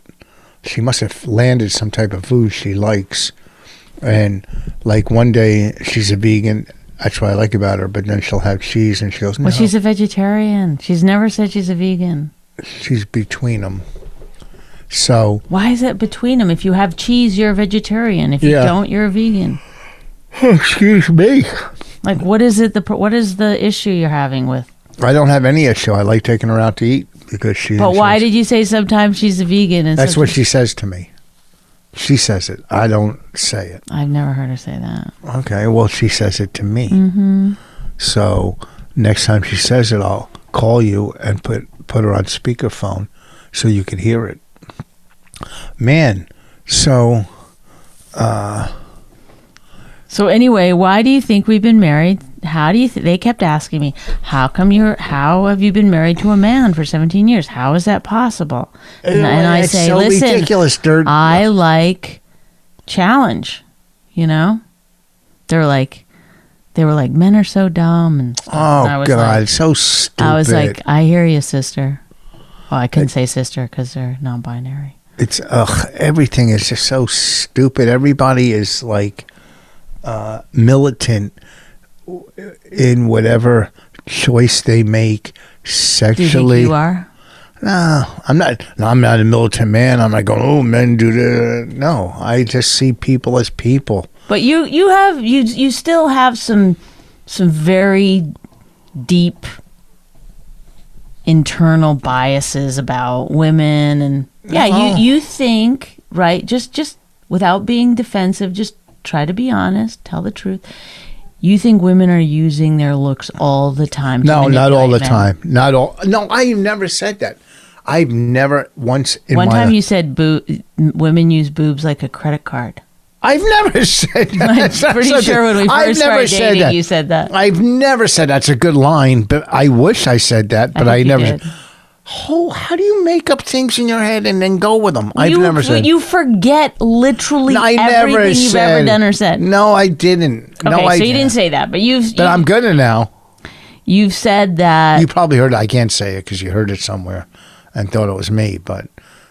[SPEAKER 2] She must have landed some type of food she likes. And like one day she's a vegan. That's what I like about her. But then she'll have cheese, and she goes, "No,
[SPEAKER 3] well, she's a vegetarian. She's never said she's a vegan.
[SPEAKER 2] she's between them." So
[SPEAKER 3] Why is that between them? If you have cheese, you're a vegetarian. If you
[SPEAKER 2] Yeah.
[SPEAKER 3] don't, you're a vegan.
[SPEAKER 2] excuse me.
[SPEAKER 3] Like, what is it? The pro- what is the issue you're having with?
[SPEAKER 2] I don't have any issue. I like taking her out to eat because she.
[SPEAKER 3] But why
[SPEAKER 2] enjoys-
[SPEAKER 3] did you say sometimes she's a vegan? And
[SPEAKER 2] That's what
[SPEAKER 3] sometimes-
[SPEAKER 2] she says to me. She says it. I don't say it.
[SPEAKER 3] I've never heard her say that.
[SPEAKER 2] Okay. Well, she says it to me.
[SPEAKER 3] Mm-hmm.
[SPEAKER 2] So next time she says it, I'll call you and put put her on speakerphone so you can hear it. Man, so
[SPEAKER 3] So anyway, why do you think we've been married? How do you? Th- they kept asking me, "How come you're? How have you been married to a man for 17 years? How is that possible?" And, and I
[SPEAKER 2] it's
[SPEAKER 3] say,
[SPEAKER 2] so
[SPEAKER 3] "Listen,
[SPEAKER 2] ridiculous, dirt.
[SPEAKER 3] I like challenge." You know, they're like, they were like, "Men are so dumb," and stuff.
[SPEAKER 2] oh
[SPEAKER 3] And I was
[SPEAKER 2] God,
[SPEAKER 3] like-
[SPEAKER 2] so stupid.
[SPEAKER 3] I was like, "I hear you, sister." Well, I couldn't say sister because they're non-binary.
[SPEAKER 2] It's ugh, everything is just so stupid. Everybody is like uh, militant in whatever choice they make
[SPEAKER 3] Do you
[SPEAKER 2] sexually.
[SPEAKER 3] think you are?
[SPEAKER 2] No, I'm not. No, I'm not a militant man. I'm not going. Oh, men do that. No, I just see people as people.
[SPEAKER 3] But you you have you you still have some some very deep internal biases about women and yeah,
[SPEAKER 2] Oh.
[SPEAKER 3] you you think, right? Just just without being defensive, just try to be honest, tell the truth. You think women are using their looks all the time? to
[SPEAKER 2] No, not all the
[SPEAKER 3] manipulate men.
[SPEAKER 2] time. Not all. No, I've never said that. I've never once in
[SPEAKER 3] One
[SPEAKER 2] my.
[SPEAKER 3] time you said boo- women use boobs like a
[SPEAKER 2] *laughs*
[SPEAKER 3] credit card.
[SPEAKER 2] I've never *laughs* said that.
[SPEAKER 3] I'm
[SPEAKER 2] That's not
[SPEAKER 3] pretty
[SPEAKER 2] something-
[SPEAKER 3] sure when we
[SPEAKER 2] I've
[SPEAKER 3] first
[SPEAKER 2] never
[SPEAKER 3] started
[SPEAKER 2] said
[SPEAKER 3] dating,
[SPEAKER 2] that.
[SPEAKER 3] you said that.
[SPEAKER 2] I've never said that's a good line, but I wish I said that, but
[SPEAKER 3] think
[SPEAKER 2] I,
[SPEAKER 3] you
[SPEAKER 2] never.
[SPEAKER 3] did.
[SPEAKER 2] How how do you make up things in your head and then go with them? I've
[SPEAKER 3] you,
[SPEAKER 2] never said.
[SPEAKER 3] you forget literally
[SPEAKER 2] I
[SPEAKER 3] everything
[SPEAKER 2] never
[SPEAKER 3] you've
[SPEAKER 2] said.
[SPEAKER 3] ever done or said.
[SPEAKER 2] No, I didn't.
[SPEAKER 3] okay,
[SPEAKER 2] no, I
[SPEAKER 3] so you didn't say that, but you've
[SPEAKER 2] But
[SPEAKER 3] you,
[SPEAKER 2] I'm gonna now.
[SPEAKER 3] you've said that.
[SPEAKER 2] You probably heard. I can't say it because you heard it somewhere and thought it was me, but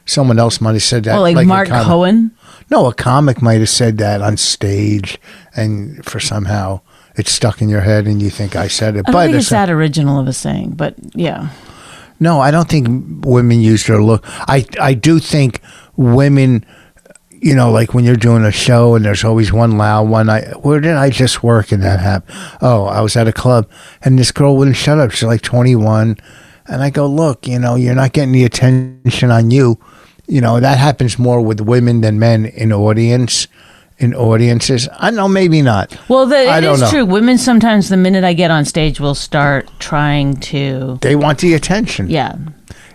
[SPEAKER 2] someone else might have said that.
[SPEAKER 3] well, like,
[SPEAKER 2] a
[SPEAKER 3] Mark
[SPEAKER 2] comic.
[SPEAKER 3] Cohen.
[SPEAKER 2] No, a comic might have said that on stage, and for somehow it's stuck in your head, and you think I said it.
[SPEAKER 3] I don't
[SPEAKER 2] but
[SPEAKER 3] think it's
[SPEAKER 2] not-
[SPEAKER 3] that original of a saying, but yeah,
[SPEAKER 2] No, I don't think women use their look. I I do think women, you know, like when you're doing a show and there's always one loud one. I where did I just work and that happened? Oh, I was at a club and this girl wouldn't shut up. She's like 21, and I go, look, you know, you're not getting the attention on you. You know that happens more with women than men in audience, in audiences. I know maybe not.
[SPEAKER 3] well, the,
[SPEAKER 2] I
[SPEAKER 3] it
[SPEAKER 2] don't
[SPEAKER 3] is
[SPEAKER 2] know.
[SPEAKER 3] true. Women sometimes, the minute I get on stage, will start trying to.
[SPEAKER 2] They want the attention.
[SPEAKER 3] Yeah,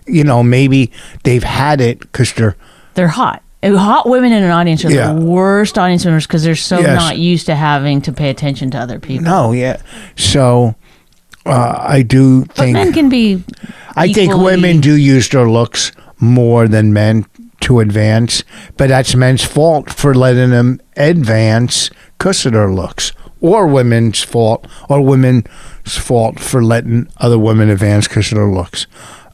[SPEAKER 2] You know, maybe they've had it because they're
[SPEAKER 3] they're hot. And Hot women in an audience are
[SPEAKER 2] Yeah.
[SPEAKER 3] the worst audience members because they're so
[SPEAKER 2] Yes.
[SPEAKER 3] not used to having to pay attention to other people.
[SPEAKER 2] No, yeah. So uh, I do
[SPEAKER 3] But
[SPEAKER 2] think
[SPEAKER 3] men can be.
[SPEAKER 2] I think
[SPEAKER 3] equally-
[SPEAKER 2] women do use their looks more than men to advance, but that's men's fault for letting them advance because of their looks, or women's fault, or women's fault for letting other women advance because of their looks.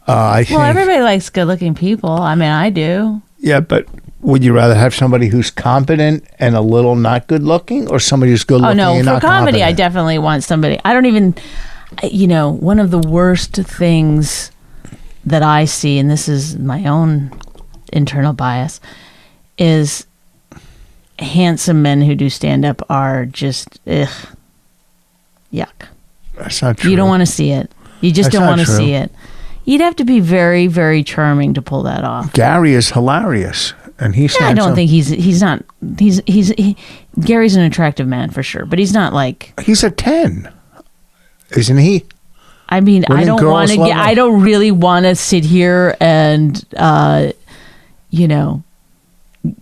[SPEAKER 2] Uh, I think,
[SPEAKER 3] Well, everybody likes good-looking people. I mean, I do.
[SPEAKER 2] yeah, but. Would you rather have somebody who's competent and a little not good looking, or somebody who's good
[SPEAKER 3] Oh
[SPEAKER 2] looking
[SPEAKER 3] no,
[SPEAKER 2] and
[SPEAKER 3] for
[SPEAKER 2] not
[SPEAKER 3] comedy, I
[SPEAKER 2] competent?
[SPEAKER 3] definitely want somebody. I don't even, I- you know, one of the worst things that I see, and this is my own internal bias, is handsome men who do stand up are just ugh, yuck.
[SPEAKER 2] That's not true.
[SPEAKER 3] You don't want to see it. You just
[SPEAKER 2] That's
[SPEAKER 3] don't
[SPEAKER 2] not
[SPEAKER 3] want to
[SPEAKER 2] true.
[SPEAKER 3] see it. You'd have to be very, very charming to pull that off.
[SPEAKER 2] Gary is hilarious, and he's.
[SPEAKER 3] I don't think he's he's not he's he's he, Gary's an attractive man for sure, but he's not like
[SPEAKER 2] He's a 10, isn't he?
[SPEAKER 3] I mean I
[SPEAKER 2] Wouldn't
[SPEAKER 3] don't
[SPEAKER 2] girls
[SPEAKER 3] want to
[SPEAKER 2] love
[SPEAKER 3] get
[SPEAKER 2] him?
[SPEAKER 3] I don't really want to sit here and uh you know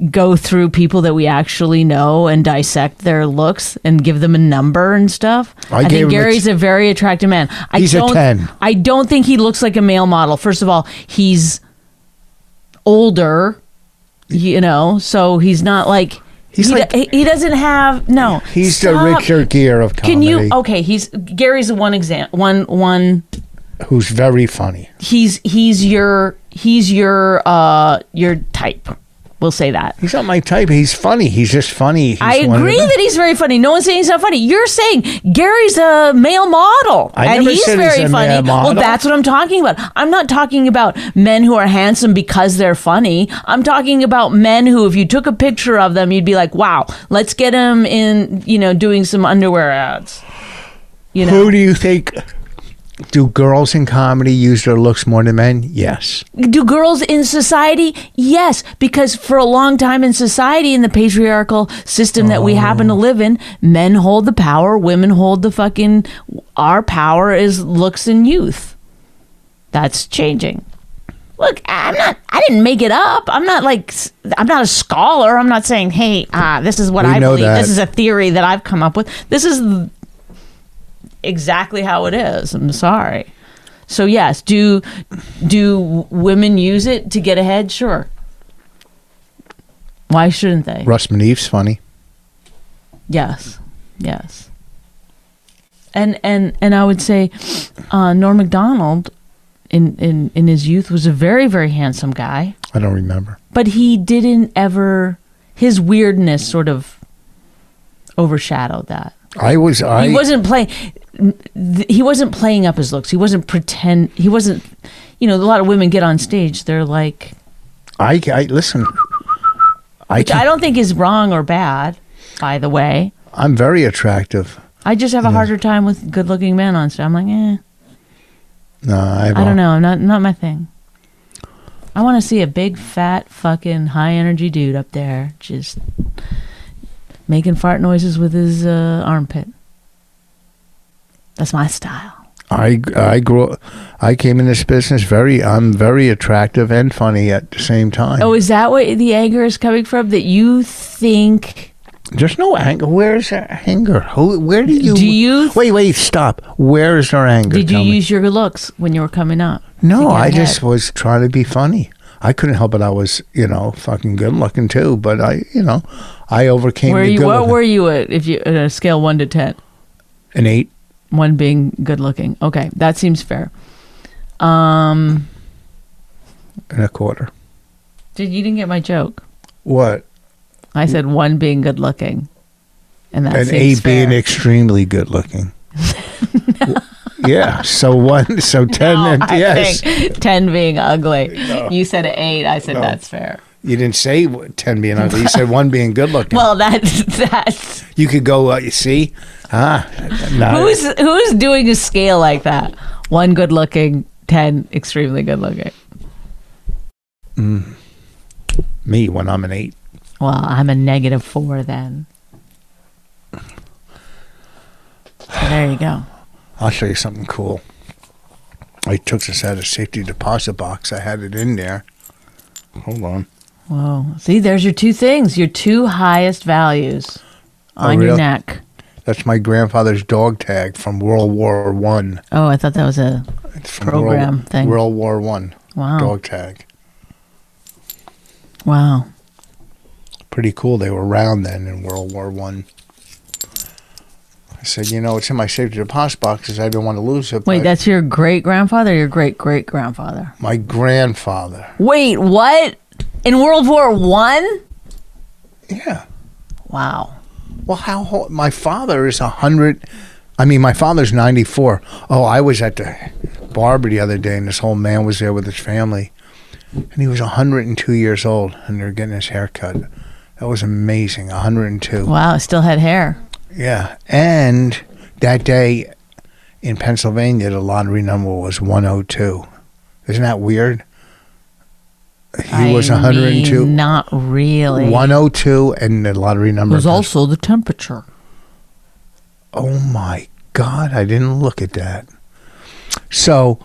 [SPEAKER 3] go through people that we actually know and dissect their looks and give them a number and stuff.
[SPEAKER 2] I
[SPEAKER 3] I,
[SPEAKER 2] gave him
[SPEAKER 3] think
[SPEAKER 2] a
[SPEAKER 3] Gary's a very attractive man. I
[SPEAKER 2] He's a
[SPEAKER 3] don't,
[SPEAKER 2] 10.
[SPEAKER 3] I don't think he looks like a male model. First of all, he's older, you know, so he's not like
[SPEAKER 2] He's
[SPEAKER 3] he, do-
[SPEAKER 2] like-
[SPEAKER 3] he, he doesn't have no.
[SPEAKER 2] He's the
[SPEAKER 3] Stop.
[SPEAKER 2] Richard Gere of comedy,
[SPEAKER 3] Can you okay? He's Gary's the one exam one one oh.
[SPEAKER 2] who's very funny.
[SPEAKER 3] he's he's your he's your uh your type. We'll say that.
[SPEAKER 2] He's not my type. He's funny. He's just funny. He's
[SPEAKER 3] I
[SPEAKER 2] one of
[SPEAKER 3] agree
[SPEAKER 2] the-
[SPEAKER 3] that he's very funny. No one's saying he's not funny. You're saying Gary's a male model,
[SPEAKER 2] I
[SPEAKER 3] and
[SPEAKER 2] never
[SPEAKER 3] he's
[SPEAKER 2] said he's
[SPEAKER 3] very
[SPEAKER 2] a
[SPEAKER 3] funny.
[SPEAKER 2] male model.
[SPEAKER 3] Well, that's what I'm talking about. I'm not talking about men who are handsome because they're funny. I'm talking about men who, if you took a picture of them, you'd be like, "Wow, let's get him in," you know, doing some underwear ads. You know,
[SPEAKER 2] Who do you think? Do girls in comedy use their looks more than men? Yes.
[SPEAKER 3] do girls in society? Yes, because for a long time in society, in the patriarchal system that we happen
[SPEAKER 2] Oh.
[SPEAKER 3] to live in, men hold the power, women hold the fucking. Our power is looks and youth. That's changing. Look, I'm not. I didn't make it up. I'm not like. s- I'm not a scholar. I'm not saying, hey, uh, this is what
[SPEAKER 2] We
[SPEAKER 3] I
[SPEAKER 2] know
[SPEAKER 3] believe.
[SPEAKER 2] that.
[SPEAKER 3] This is a theory that I've come up with. This is exactly how it is. I'm sorry. So yes, do do women use it to get ahead? Sure. Why shouldn't they?
[SPEAKER 2] Russ Manief's funny.
[SPEAKER 3] Yes, yes. And and and I would say, uh, Norm Macdonald, in in in his youth, was a very very handsome guy,
[SPEAKER 2] I don't remember.
[SPEAKER 3] but he didn't ever his weirdness sort of overshadowed that.
[SPEAKER 2] I was. I
[SPEAKER 3] he wasn't playing he wasn't playing up his looks he wasn't pretend he wasn't you know a lot of women get on stage they're like
[SPEAKER 2] I, I listen. I
[SPEAKER 3] which
[SPEAKER 2] can,
[SPEAKER 3] i don't think is wrong or bad by the way
[SPEAKER 2] I'm very attractive.
[SPEAKER 3] i just have a harder time with good looking men on stage i'm like eh
[SPEAKER 2] No, I,
[SPEAKER 3] i don't know not not my thing i want to see a big fat fucking high energy dude up there just making fart noises with his uh, armpit that's my style
[SPEAKER 2] I I grew. I came in this business very. I'm very attractive and funny at the same time.
[SPEAKER 3] Oh, is that where the anger is coming from? That you think
[SPEAKER 2] There's no anger. Where is there anger? Who? Where do you?
[SPEAKER 3] Do you-
[SPEAKER 2] Wait, wait, stop. Where is there anger?
[SPEAKER 3] did you
[SPEAKER 2] Tell me.
[SPEAKER 3] use your looks when you were coming up? to
[SPEAKER 2] No,
[SPEAKER 3] get
[SPEAKER 2] I
[SPEAKER 3] ahead?
[SPEAKER 2] just was trying to be funny. I couldn't help it. I was, you know, fucking good looking too. But I, you know, I overcame
[SPEAKER 3] Were
[SPEAKER 2] the
[SPEAKER 3] you?
[SPEAKER 2] good
[SPEAKER 3] What
[SPEAKER 2] looking-
[SPEAKER 3] were you at? If you at a scale one to ten,
[SPEAKER 2] an eight.
[SPEAKER 3] one being good looking. Okay, that seems fair. Um,
[SPEAKER 2] and a quarter.
[SPEAKER 3] did you didn't get my joke?
[SPEAKER 2] What?
[SPEAKER 3] I said one being good looking, and that
[SPEAKER 2] An A
[SPEAKER 3] seems fair.
[SPEAKER 2] being extremely good
[SPEAKER 3] *laughs*
[SPEAKER 2] looking. yeah. So one. So ten.
[SPEAKER 3] No,
[SPEAKER 2] and
[SPEAKER 3] I
[SPEAKER 2] yes.
[SPEAKER 3] think ten being ugly. You said eight. I said that's fair.
[SPEAKER 2] You didn't say w- ten being ugly. You said one being good looking.
[SPEAKER 3] Well, that's that's
[SPEAKER 2] you could go. Uh, you see. Ah. no.
[SPEAKER 3] Who's who's doing a scale like that? One good looking, ten extremely good looking.
[SPEAKER 2] me when I'm an eight.
[SPEAKER 3] Well, I'm a negative four then. So there you go.
[SPEAKER 2] I'll show you something cool. I took this out of safety deposit box. I had it in there. Hold on.
[SPEAKER 3] Whoa. See, there's your two things, your two highest values on your
[SPEAKER 2] Oh, really?
[SPEAKER 3] neck.
[SPEAKER 2] That's my grandfather's dog tag from World War One.
[SPEAKER 3] Oh, I thought that was a
[SPEAKER 2] It's from
[SPEAKER 3] Program
[SPEAKER 2] World,
[SPEAKER 3] thing. Oh.
[SPEAKER 2] World War One
[SPEAKER 3] wow.
[SPEAKER 2] dog tag.
[SPEAKER 3] Wow.
[SPEAKER 2] pretty cool. They were around then in World War One. I. said, you know, it's in my safety deposit box because I didn't want to lose it.
[SPEAKER 3] Wait,
[SPEAKER 2] but
[SPEAKER 3] that's your great grandfather, your great great grandfather.
[SPEAKER 2] my grandfather.
[SPEAKER 3] Wait, what? In World War One?
[SPEAKER 2] Yeah.
[SPEAKER 3] Wow.
[SPEAKER 2] Well, how ho- my father is a hundred. I mean, my father's ninety four. Oh, I was at the barber the other day, and this whole man was there with his family, and he was hundred and two years old, and they're getting his hair cut. That was amazing. hundred and two.
[SPEAKER 3] Wow, I still had hair.
[SPEAKER 2] Yeah, and that day in Pennsylvania, the lottery number was 102. Isn't that weird? He was
[SPEAKER 3] I
[SPEAKER 2] 102,
[SPEAKER 3] mean, not really.
[SPEAKER 2] 102, and the lottery number
[SPEAKER 3] was also the temperature.
[SPEAKER 2] Oh my God! I didn't look at that. So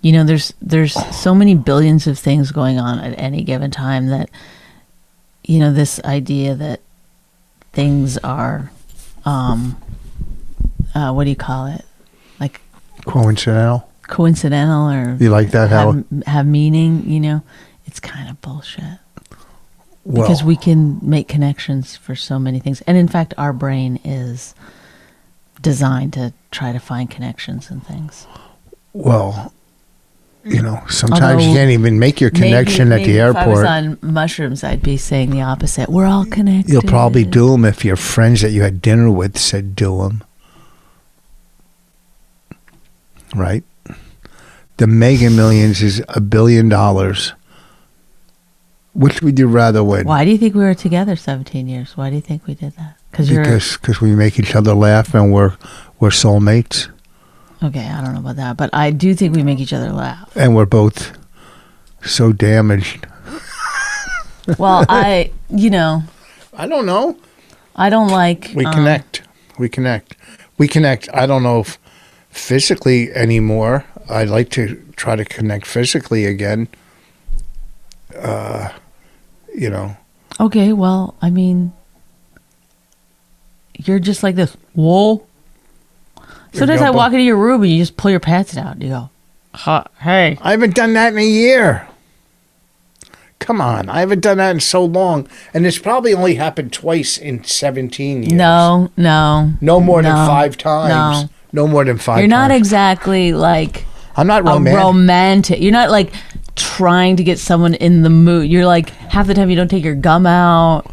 [SPEAKER 3] you know there's there's so many billions of things going on at any given time that you know this idea that things are um uh what do you call it like
[SPEAKER 2] Coincidental.
[SPEAKER 3] coincidental or
[SPEAKER 2] You like that? How?
[SPEAKER 3] have, have meaning you know it's kind of bullshit
[SPEAKER 2] well,
[SPEAKER 3] because we can make connections for so many things and in fact our brain is designed to try to find connections and things
[SPEAKER 2] well, you know, sometimes you
[SPEAKER 3] Although-
[SPEAKER 2] can't even make your connection
[SPEAKER 3] Maybe-
[SPEAKER 2] at the
[SPEAKER 3] maybe if
[SPEAKER 2] airport.
[SPEAKER 3] I was on mushrooms, I'd be saying the opposite. We're all connected.
[SPEAKER 2] You'll probably do them if your friends that you had dinner with said do them. Right? The mega millions is a billion dollars. Which would you rather win?
[SPEAKER 3] Why do you think we were together 17 years? Why do you think we did that? Cause you're
[SPEAKER 2] Because cause we make each other laugh and we're, we're soulmates
[SPEAKER 3] okay. I don't know about that, but I do think we make each other laugh.
[SPEAKER 2] and we're both so damaged.
[SPEAKER 3] Well, I, *laughs* you know,
[SPEAKER 2] I don't know.
[SPEAKER 3] I don't like.
[SPEAKER 2] We
[SPEAKER 3] um,
[SPEAKER 2] connect. We connect. We connect. I don't know if physically anymore. I'd like to try to connect physically again. Uh, you know,
[SPEAKER 3] Okay. Well, I mean, you're just like this. Whoa. Sometimes I
[SPEAKER 2] jump
[SPEAKER 3] walk
[SPEAKER 2] up.
[SPEAKER 3] into your room and you just pull your pants down. You go, "Huh, hey.
[SPEAKER 2] I haven't done that in a year. Come on, I haven't done that in so long, and it's probably only happened twice in seventeen years.
[SPEAKER 3] No, no.
[SPEAKER 2] no more than
[SPEAKER 3] no,
[SPEAKER 2] five times. No, more than five.
[SPEAKER 3] You're not
[SPEAKER 2] times.
[SPEAKER 3] exactly like
[SPEAKER 2] I'm not
[SPEAKER 3] a
[SPEAKER 2] romantic.
[SPEAKER 3] romantic. You're not like trying to get someone in the mood. You're like half the time you don't take your gum out.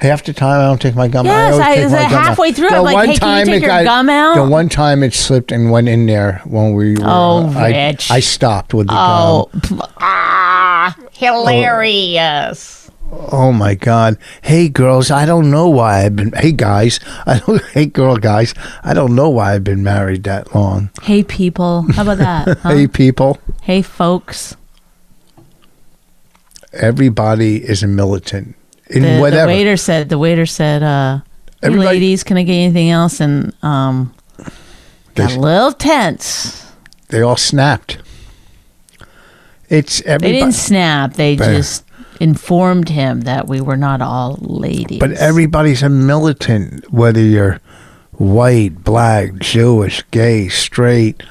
[SPEAKER 2] Half the time I don't take my gum
[SPEAKER 3] Yes,
[SPEAKER 2] out. always
[SPEAKER 3] I-
[SPEAKER 2] take
[SPEAKER 3] is
[SPEAKER 2] my
[SPEAKER 3] it
[SPEAKER 2] gum out.
[SPEAKER 3] halfway through?
[SPEAKER 2] The
[SPEAKER 3] I'm like,
[SPEAKER 2] one
[SPEAKER 3] "Hey, can you
[SPEAKER 2] time
[SPEAKER 3] take
[SPEAKER 2] it
[SPEAKER 3] your
[SPEAKER 2] got-
[SPEAKER 3] gum out?"
[SPEAKER 2] The one time it slipped and went in there when we were.
[SPEAKER 3] Oh,
[SPEAKER 2] I,
[SPEAKER 3] Rich.
[SPEAKER 2] I stopped with the
[SPEAKER 3] Oh, pl- ah, hilarious.
[SPEAKER 2] gum. Oh my God. Hey girls, I don't know why I've been. Hey guys, *laughs* I don't. Hey girl guys, I don't know why I've been married that long.
[SPEAKER 3] Hey, people. How about that?
[SPEAKER 2] *laughs*
[SPEAKER 3] huh?
[SPEAKER 2] Hey
[SPEAKER 3] hey.
[SPEAKER 2] people,
[SPEAKER 3] folks.
[SPEAKER 2] everybody is a militant in
[SPEAKER 3] The, the
[SPEAKER 2] whatever.
[SPEAKER 3] waiter said, the waiter said, uh, hey,
[SPEAKER 2] Everybody-
[SPEAKER 3] ladies, can I get anything else? And um,
[SPEAKER 2] They-
[SPEAKER 3] got a little tense.
[SPEAKER 2] they all snapped. It's
[SPEAKER 3] They
[SPEAKER 2] everybody.
[SPEAKER 3] didn't snap. They
[SPEAKER 2] Fair.
[SPEAKER 3] just informed him that we were not all ladies.
[SPEAKER 2] But everybody's a militant, whether you're white, black, Jewish, gay, straight.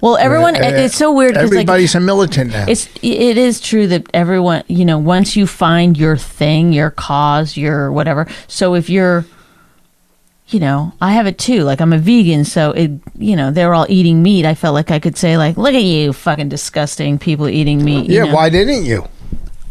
[SPEAKER 3] well, everyone.
[SPEAKER 2] Uh,
[SPEAKER 3] it's so weird because like
[SPEAKER 2] Everybody's a militant now.
[SPEAKER 3] It's it is true that everyone you know once you find your thing, your cause, your whatever. So if you're, you know, I have it too. Like I'm a vegan, so it you know they're all eating meat. I felt like I could say like, look at you, fucking disgusting people eating meat. you
[SPEAKER 2] yeah,
[SPEAKER 3] know?
[SPEAKER 2] why didn't you?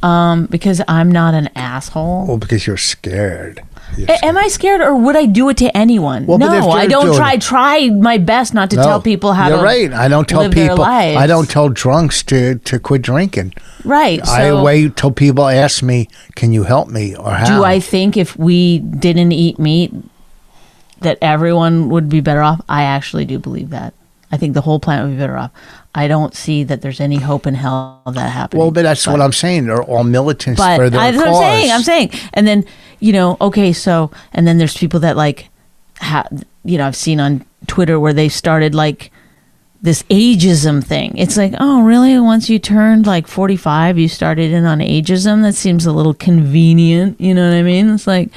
[SPEAKER 3] Um, because I'm not an asshole.
[SPEAKER 2] Well, because you're scared. You're
[SPEAKER 3] A- am I scared, or would I do it to anyone?
[SPEAKER 2] Well, but if
[SPEAKER 3] no,
[SPEAKER 2] you're
[SPEAKER 3] I don't
[SPEAKER 2] doing
[SPEAKER 3] try.
[SPEAKER 2] it-
[SPEAKER 3] Try my best not to
[SPEAKER 2] No,
[SPEAKER 3] tell people how
[SPEAKER 2] you're
[SPEAKER 3] to.
[SPEAKER 2] right. I don't tell
[SPEAKER 3] live their
[SPEAKER 2] people. I don't
[SPEAKER 3] lives.
[SPEAKER 2] tell drunks to to quit drinking.
[SPEAKER 3] Right. So
[SPEAKER 2] I wait till people ask me, "Can you help me?" or "How?"
[SPEAKER 3] Do I think if we didn't eat meat that everyone would be better off? I actually do believe that. I think the whole planet would be better off. I don't see that there's any hope in hell of that happening.
[SPEAKER 2] well, but that's what I'm saying. They're all militants
[SPEAKER 3] But
[SPEAKER 2] for their
[SPEAKER 3] I, that's
[SPEAKER 2] cause.
[SPEAKER 3] what I'm saying. I'm saying. And then, you know, okay, so, and then there's people that like, ha, you know, I've seen on Twitter where they started like this ageism thing. It's like, oh, really? Once you turned like 45, you started in on ageism? That seems a little convenient. You know what I mean? It's like,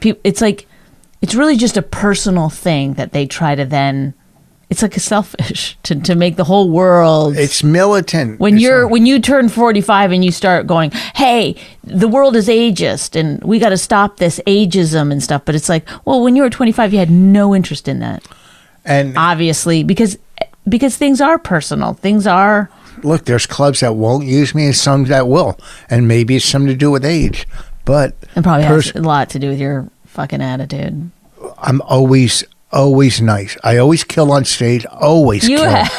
[SPEAKER 3] peop it's like, it's really just a personal thing that they try to then. It's like a selfish *laughs* to, to make the whole world
[SPEAKER 2] It's militant.
[SPEAKER 3] when
[SPEAKER 2] It's
[SPEAKER 3] you're
[SPEAKER 2] not-
[SPEAKER 3] when you turn 45 and you start going hey the world is ageist and we got to stop this ageism and stuff but it's like well when you were 25 you had no interest in that
[SPEAKER 2] and
[SPEAKER 3] obviously because because things are personal things are
[SPEAKER 2] look, there's clubs that won't use me and some that will. And maybe it's something to do with age. But
[SPEAKER 3] and probably
[SPEAKER 2] Pers-
[SPEAKER 3] has a lot to do with your fucking attitude
[SPEAKER 2] I'm always, always nice. I always kill on stage. Always
[SPEAKER 3] you
[SPEAKER 2] kill.
[SPEAKER 3] have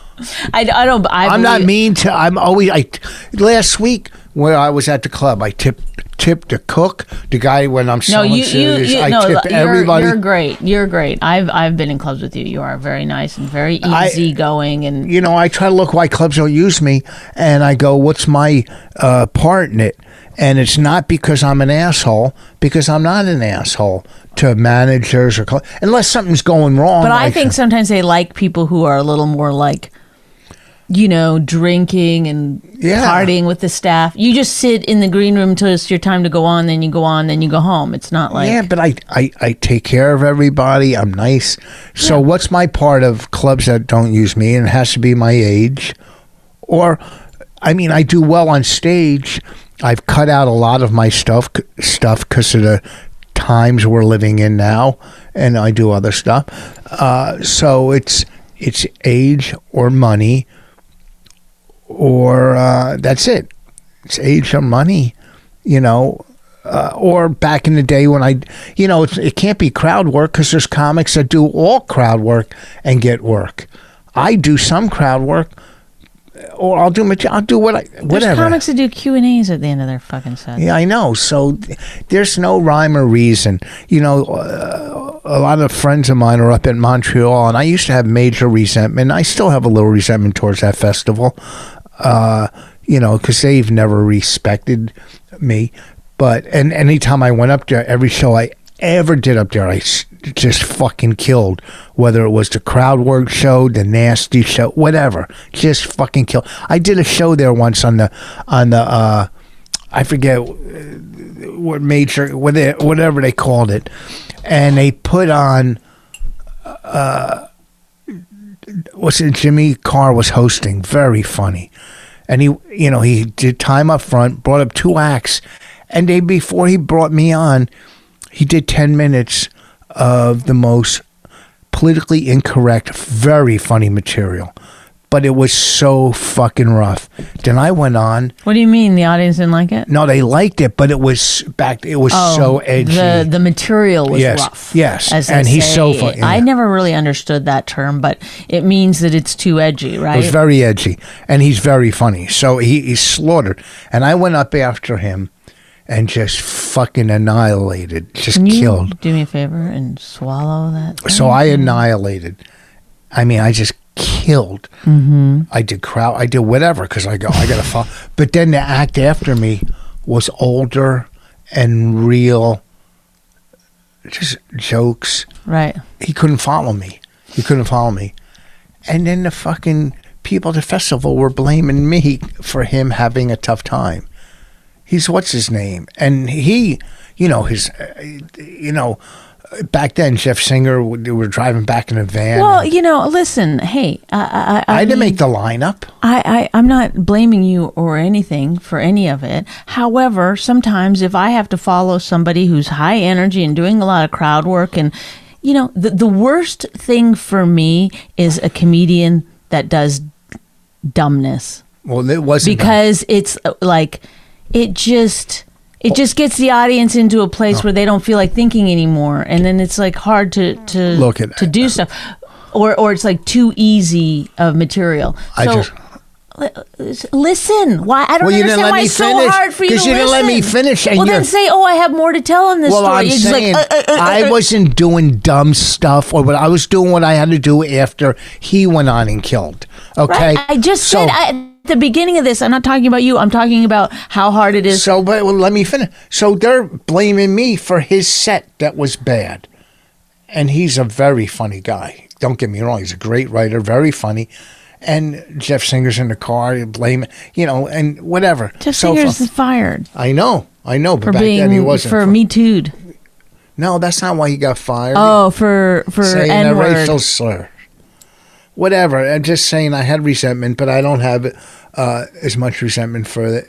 [SPEAKER 3] *laughs* I, I don't I
[SPEAKER 2] I'm not
[SPEAKER 3] believe-
[SPEAKER 2] mean to. I'm always. I last week where I was at the club, I tipped tipped the cook, the guy when I'm
[SPEAKER 3] no,
[SPEAKER 2] someone
[SPEAKER 3] you, you,
[SPEAKER 2] serious.
[SPEAKER 3] you
[SPEAKER 2] I
[SPEAKER 3] no,
[SPEAKER 2] tip
[SPEAKER 3] you're,
[SPEAKER 2] everybody.
[SPEAKER 3] you're great. You're great. I've I've been in clubs with you. You are very nice and very
[SPEAKER 2] I-
[SPEAKER 3] easygoing and
[SPEAKER 2] you know, I try to look why clubs don't use me, and I go, "What's my uh, part in it?" And it's not because I'm an asshole, because I'm not an asshole to managers or cl- unless something's going wrong.
[SPEAKER 3] But I
[SPEAKER 2] like-
[SPEAKER 3] think sometimes they like people who are a little more like, you know, drinking and
[SPEAKER 2] Yeah.
[SPEAKER 3] partying with the staff. You just sit in the green room till it's your time to go on, then you go on, then you go home. It's not like
[SPEAKER 2] yeah, but I, I, I take care of everybody. I'm nice. So what's my part of clubs that don't use me? And it has to be my age. Or, I mean, I do well on stage. I've cut out a lot of my stuff stuff because of the times we're living in now, and I do other stuff. Uh, so it's it's age or money, or uh, that's it. It's age or money, you know uh, or back in the day when I, you know, it's, it can't be crowd work because there's comics that do all crowd work and get work. I do some crowd work, or I'll do mater- I'll do what I
[SPEAKER 3] there's
[SPEAKER 2] whatever.
[SPEAKER 3] comics that do Q and A's at the end of their fucking set.
[SPEAKER 2] Yeah, I know. So th- there's no rhyme or reason. You know, uh, a lot of friends of mine are up in Montreal, and I used to have major resentment. I still have a little resentment towards that festival, uh, you know, because they've never respected me. But and anytime I went up there, every show I ever did up there, I s- just fucking killed. Whether it was the crowd work show, the nasty show, whatever, just fucking killed. I did a show there once on the on the. Uh, I forget uh, what major, what they- whatever they called it, and they put on. Uh, what's it? Jimmy Carr was hosting. Very funny, and he, you know, he did time up front, brought up two acts, and they before he brought me on, he did ten minutes of the most politically incorrect, very funny material. But it was so fucking rough. Then I went on,
[SPEAKER 3] What do you mean the audience didn't like it? Oh,
[SPEAKER 2] no, they liked it, but it was back. It was so edgy.
[SPEAKER 3] The the material was
[SPEAKER 2] Yes,
[SPEAKER 3] rough.
[SPEAKER 2] yes,
[SPEAKER 3] as they
[SPEAKER 2] and he's
[SPEAKER 3] say.
[SPEAKER 2] so fu-
[SPEAKER 3] I
[SPEAKER 2] yeah.
[SPEAKER 3] never really understood that term, but it means that it's too edgy,
[SPEAKER 2] it was
[SPEAKER 3] right?
[SPEAKER 2] very edgy, and he's very funny. So he, he's slaughtered. And I went up after him, and just fucking annihilated, just
[SPEAKER 3] Can you
[SPEAKER 2] killed.
[SPEAKER 3] do me a favor and swallow that? thing?
[SPEAKER 2] So I annihilated. I mean, I just killed. Mm-hmm. I did crowd. I did whatever because I go. I gotta follow. But then the act after me was older and real. Just jokes.
[SPEAKER 3] right.
[SPEAKER 2] he couldn't follow me. He couldn't follow me. And then the fucking people at the festival were blaming me for him having a tough time. He's what's his name? And he, you know, his, uh, you know, back then Jeff Singer, they were driving back in a van.
[SPEAKER 3] Well, you know, listen. Hey, I I, I,
[SPEAKER 2] I had to
[SPEAKER 3] mean,
[SPEAKER 2] make the lineup.
[SPEAKER 3] I, I I'm not blaming you or anything for any of it. However, sometimes if I have to follow somebody who's high energy and doing a lot of crowd work, and you know, the the worst thing for me is a comedian that does dumbness
[SPEAKER 2] Well, it wasn't
[SPEAKER 3] because it's uh, like it just it just gets the audience into a place where they don't feel like thinking anymore and then it's like hard to to
[SPEAKER 2] Look at-
[SPEAKER 3] to do stuff or or it's like too easy of material
[SPEAKER 2] I
[SPEAKER 3] so
[SPEAKER 2] just-
[SPEAKER 3] li- listen why i don't
[SPEAKER 2] Well, you didn't
[SPEAKER 3] understand
[SPEAKER 2] let
[SPEAKER 3] why
[SPEAKER 2] me
[SPEAKER 3] it's so
[SPEAKER 2] finish,
[SPEAKER 3] hard for you to
[SPEAKER 2] 'cause you didn't let me
[SPEAKER 3] listen.
[SPEAKER 2] finish, and
[SPEAKER 3] well then
[SPEAKER 2] you're-
[SPEAKER 3] say oh i have more to tell on this
[SPEAKER 2] Well,
[SPEAKER 3] story
[SPEAKER 2] I'm
[SPEAKER 3] It's
[SPEAKER 2] saying
[SPEAKER 3] like, uh, uh, uh, uh,
[SPEAKER 2] I
[SPEAKER 3] uh.
[SPEAKER 2] wasn't doing dumb stuff, or what I was doing what I had to do after he went on and killed. Okay,
[SPEAKER 3] Right? I just
[SPEAKER 2] So-
[SPEAKER 3] said I, at the beginning of this, I'm not talking about you. I'm talking about how hard it is.
[SPEAKER 2] So, but well, let me finish. So they're blaming me for his set that was bad, and he's a very funny guy. Don't get me wrong; he's a great writer, very funny. And Jeff Singer's in the car, blame you know, and whatever.
[SPEAKER 3] Jeff
[SPEAKER 2] So
[SPEAKER 3] Singer's
[SPEAKER 2] fu-
[SPEAKER 3] is fired
[SPEAKER 2] I know, I know, but
[SPEAKER 3] for
[SPEAKER 2] back
[SPEAKER 3] being
[SPEAKER 2] then he wasn't.
[SPEAKER 3] for
[SPEAKER 2] fu-
[SPEAKER 3] Me Too.
[SPEAKER 2] no, that's not why he got fired.
[SPEAKER 3] Oh, for for
[SPEAKER 2] saying
[SPEAKER 3] N
[SPEAKER 2] a racial
[SPEAKER 3] word.
[SPEAKER 2] slur. Whatever. I'm just saying I had resentment, but I don't have uh, as much resentment for the,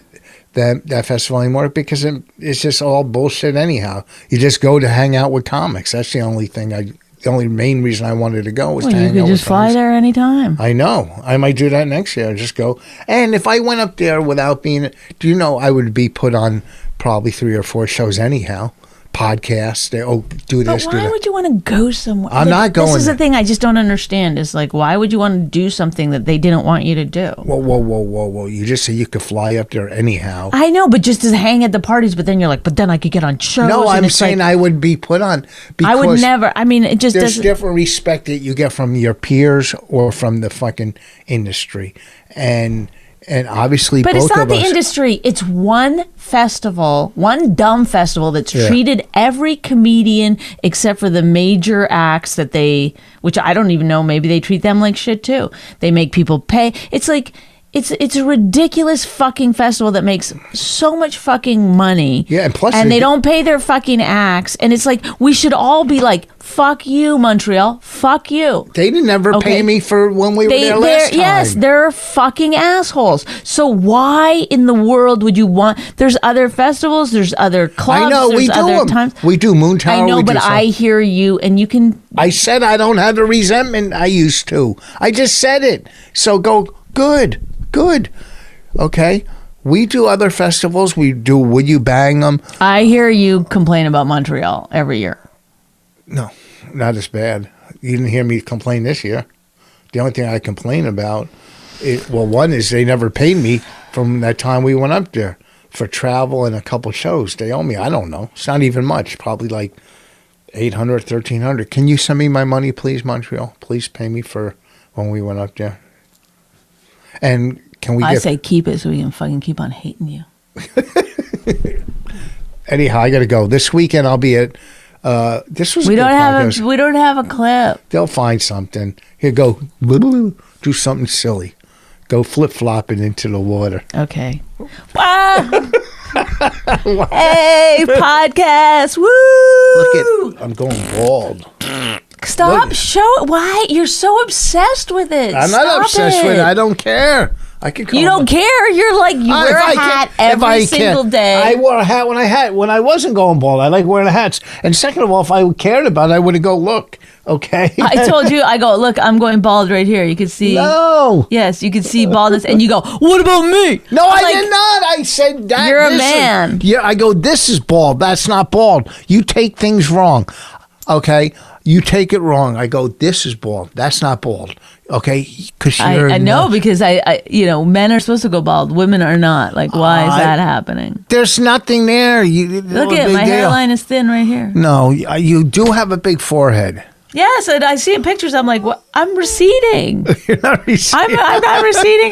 [SPEAKER 2] that that festival anymore because it, it's just all bullshit anyhow. You just go to hang out with comics. That's the only thing I. The only main reason I wanted to go was
[SPEAKER 3] Well,
[SPEAKER 2] to
[SPEAKER 3] you
[SPEAKER 2] hang
[SPEAKER 3] could
[SPEAKER 2] out
[SPEAKER 3] just
[SPEAKER 2] with
[SPEAKER 3] fly
[SPEAKER 2] comics.
[SPEAKER 3] there anytime.
[SPEAKER 2] I know. I might do that next year. Just go. And if I went up there without being, do you know, I would be put on probably three or four shows anyhow. Podcasts. They, oh, do
[SPEAKER 3] But
[SPEAKER 2] this. do
[SPEAKER 3] why
[SPEAKER 2] that.
[SPEAKER 3] would you want to go somewhere?
[SPEAKER 2] I'm
[SPEAKER 3] Th-
[SPEAKER 2] not
[SPEAKER 3] This
[SPEAKER 2] going
[SPEAKER 3] is the
[SPEAKER 2] there.
[SPEAKER 3] thing I just don't understand. Is like, why would you want to do something that they didn't want you to do?
[SPEAKER 2] Whoa, whoa, whoa, whoa, whoa. You just say you could fly up there anyhow.
[SPEAKER 3] I know, but just to hang at the parties. But then you're like, but then I could get on shows.
[SPEAKER 2] no,
[SPEAKER 3] and
[SPEAKER 2] I'm
[SPEAKER 3] it's
[SPEAKER 2] saying
[SPEAKER 3] like,
[SPEAKER 2] I would be put on because
[SPEAKER 3] I would never. I mean, it just
[SPEAKER 2] there's
[SPEAKER 3] doesn't.
[SPEAKER 2] different respect that you get from your peers or from the fucking industry. And and obviously
[SPEAKER 3] But
[SPEAKER 2] both
[SPEAKER 3] it's not
[SPEAKER 2] of
[SPEAKER 3] the
[SPEAKER 2] us.
[SPEAKER 3] industry. It's one festival, one dumb festival that's
[SPEAKER 2] Yeah.
[SPEAKER 3] treated every comedian except for the major acts that they, which I don't even know. Maybe they treat them like shit too. They make people pay. It's like. It's, it's a ridiculous fucking festival that makes so much fucking money.
[SPEAKER 2] Yeah, and plus
[SPEAKER 3] and
[SPEAKER 2] they
[SPEAKER 3] they
[SPEAKER 2] get-
[SPEAKER 3] don't pay their fucking acts. And it's like we should all be like, "Fuck you, Montreal. Fuck you."
[SPEAKER 2] they didn't ever
[SPEAKER 3] Okay.
[SPEAKER 2] pay me for when we were there last
[SPEAKER 3] they're-
[SPEAKER 2] time.
[SPEAKER 3] Yes, they're fucking assholes. So why in the world would you want? There's other festivals. There's other clubs.
[SPEAKER 2] I know
[SPEAKER 3] there's
[SPEAKER 2] we do
[SPEAKER 3] other
[SPEAKER 2] 'em.
[SPEAKER 3] times.
[SPEAKER 2] We do Moontower.
[SPEAKER 3] I know,
[SPEAKER 2] we do
[SPEAKER 3] but
[SPEAKER 2] some-
[SPEAKER 3] I hear you, and you can.
[SPEAKER 2] I said I don't have the resentment I used to. I just said it. So go good, good. Okay, we do other festivals. We do. Would you bang them?
[SPEAKER 3] I hear you complain about Montreal every year.
[SPEAKER 2] No, not as bad. You didn't hear me complain this year. The only thing I complain about, it, well, one is they never paid me from that time we went up there for travel and a couple shows. They owe me. I don't know. It's not even much. Probably like 800 1300 Can you send me my money, please, Montreal? Please pay me for when we went up there. And can we
[SPEAKER 3] I
[SPEAKER 2] get
[SPEAKER 3] say keep it so we can fucking keep on hating you.
[SPEAKER 2] anyhow? I got to go this weekend. I'll be at. Uh, this was a
[SPEAKER 3] We
[SPEAKER 2] good
[SPEAKER 3] don't have
[SPEAKER 2] podcast.
[SPEAKER 3] a we don't have a clip.
[SPEAKER 2] They'll find something. Here, go do something silly. Go flip flopping into the water. *laughs*
[SPEAKER 3] Okay. Ah!
[SPEAKER 2] *laughs*
[SPEAKER 3] hey, podcast. Woo!
[SPEAKER 2] Look at, I'm going bald.
[SPEAKER 3] Stop
[SPEAKER 2] look.
[SPEAKER 3] show why you're so obsessed with it.
[SPEAKER 2] I'm not
[SPEAKER 3] Stop
[SPEAKER 2] obsessed with it.
[SPEAKER 3] it.
[SPEAKER 2] I don't care. I could. Call
[SPEAKER 3] You don't care. You're like you wear a
[SPEAKER 2] a
[SPEAKER 3] hat every single day.
[SPEAKER 2] I wore a hat when I had when I wasn't going bald. I like wearing hats. And second of all, if I cared about it, I would have go look. Okay. *laughs*
[SPEAKER 3] I told you. I go look. I'm going bald right here. You can see.
[SPEAKER 2] no,
[SPEAKER 3] Yes, you can see baldness, and you go. What about me?
[SPEAKER 2] no,
[SPEAKER 3] I'm
[SPEAKER 2] I
[SPEAKER 3] like,
[SPEAKER 2] did not. I said that.
[SPEAKER 3] You're a
[SPEAKER 2] this is-
[SPEAKER 3] man.
[SPEAKER 2] yeah, I go. This is bald. That's not bald. You take things wrong. Okay. You take it wrong. I go. This is bald. That's not bald. Okay. Because you're.
[SPEAKER 3] I, I know
[SPEAKER 2] not-
[SPEAKER 3] because I, I, you know, men are supposed to go bald. Women are not. Like, why is
[SPEAKER 2] Oh, I- Oh,
[SPEAKER 3] that happening?
[SPEAKER 2] There's nothing there. You
[SPEAKER 3] Look at my hairline is thin right here.
[SPEAKER 2] No, y- you do have a big forehead. *laughs*
[SPEAKER 3] Yes, and I see in pictures. I'm like, what? I'm receding.
[SPEAKER 2] You're not
[SPEAKER 3] I'm,
[SPEAKER 2] receding.
[SPEAKER 3] I'm not receding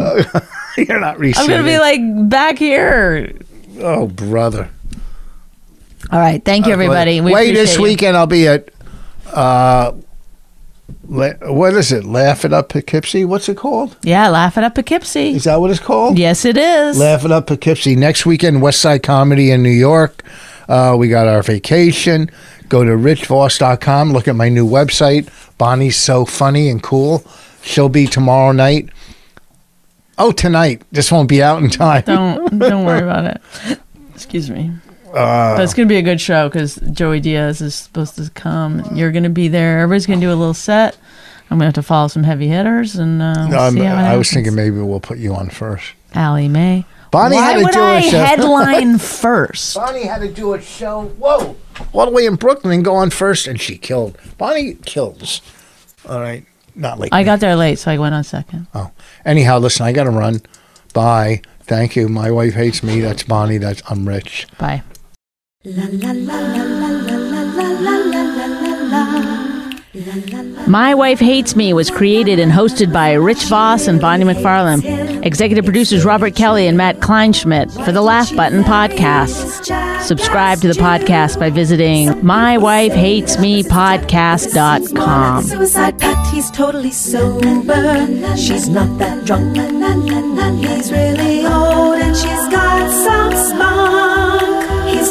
[SPEAKER 2] *laughs* Oh, You're not
[SPEAKER 3] I'm
[SPEAKER 2] receding.
[SPEAKER 3] gonna be like back here.
[SPEAKER 2] oh, brother.
[SPEAKER 3] All right. Thank you, everybody. We
[SPEAKER 2] Wait, this
[SPEAKER 3] appreciate you.
[SPEAKER 2] weekend I'll be at. Uh, La- what is it? Laugh it up Poughkeepsie. What's it called?
[SPEAKER 3] Yeah, laugh it up Poughkeepsie.
[SPEAKER 2] Is that what it's called?
[SPEAKER 3] Yes, it is.
[SPEAKER 2] Laugh it up Poughkeepsie. Next weekend, West Side Comedy in New York. Uh, we got our vacation. Go to richvoss.com. Look at my new website. Bonnie's so funny and cool. She'll be tomorrow night. Oh, tonight. This won't be out in time. *laughs*
[SPEAKER 3] don't don't worry about it. Excuse me.
[SPEAKER 2] Uh,
[SPEAKER 3] but it's gonna be a good show because Joey Diaz is supposed to come. You're gonna be there. Everybody's gonna do a little set. I'm gonna have to follow some heavy hitters and uh, we'll
[SPEAKER 2] Um,
[SPEAKER 3] see how it
[SPEAKER 2] I was
[SPEAKER 3] happens.
[SPEAKER 2] thinking maybe we'll put you on first.
[SPEAKER 3] Allie May.
[SPEAKER 2] Bonnie
[SPEAKER 3] Why
[SPEAKER 2] had to
[SPEAKER 3] would
[SPEAKER 2] do
[SPEAKER 3] I
[SPEAKER 2] a show. *laughs*
[SPEAKER 3] headline first?
[SPEAKER 2] Bonnie had to do a show. Whoa. All the way in Brooklyn and go on first, and she killed. Bonnie kills. All right. Not like
[SPEAKER 3] I got there late, so I went on second.
[SPEAKER 2] Oh, anyhow, listen, I got to run. Bye. Thank you. My wife hates me. That's Bonnie. That's I'm rich.
[SPEAKER 3] Bye. My Wife Hates Me was created and hosted by Rich Voss and Bonnie McFarlane. Executive producers Robert Kelly and Matt Kleinschmidt for the Laugh Button podcast. Subscribe to the podcast by visiting mywifehatesmepodcast.com.
[SPEAKER 1] Suicide pact, he's totally sober. She's not that drunk. He's really old and she's got some spunk. He's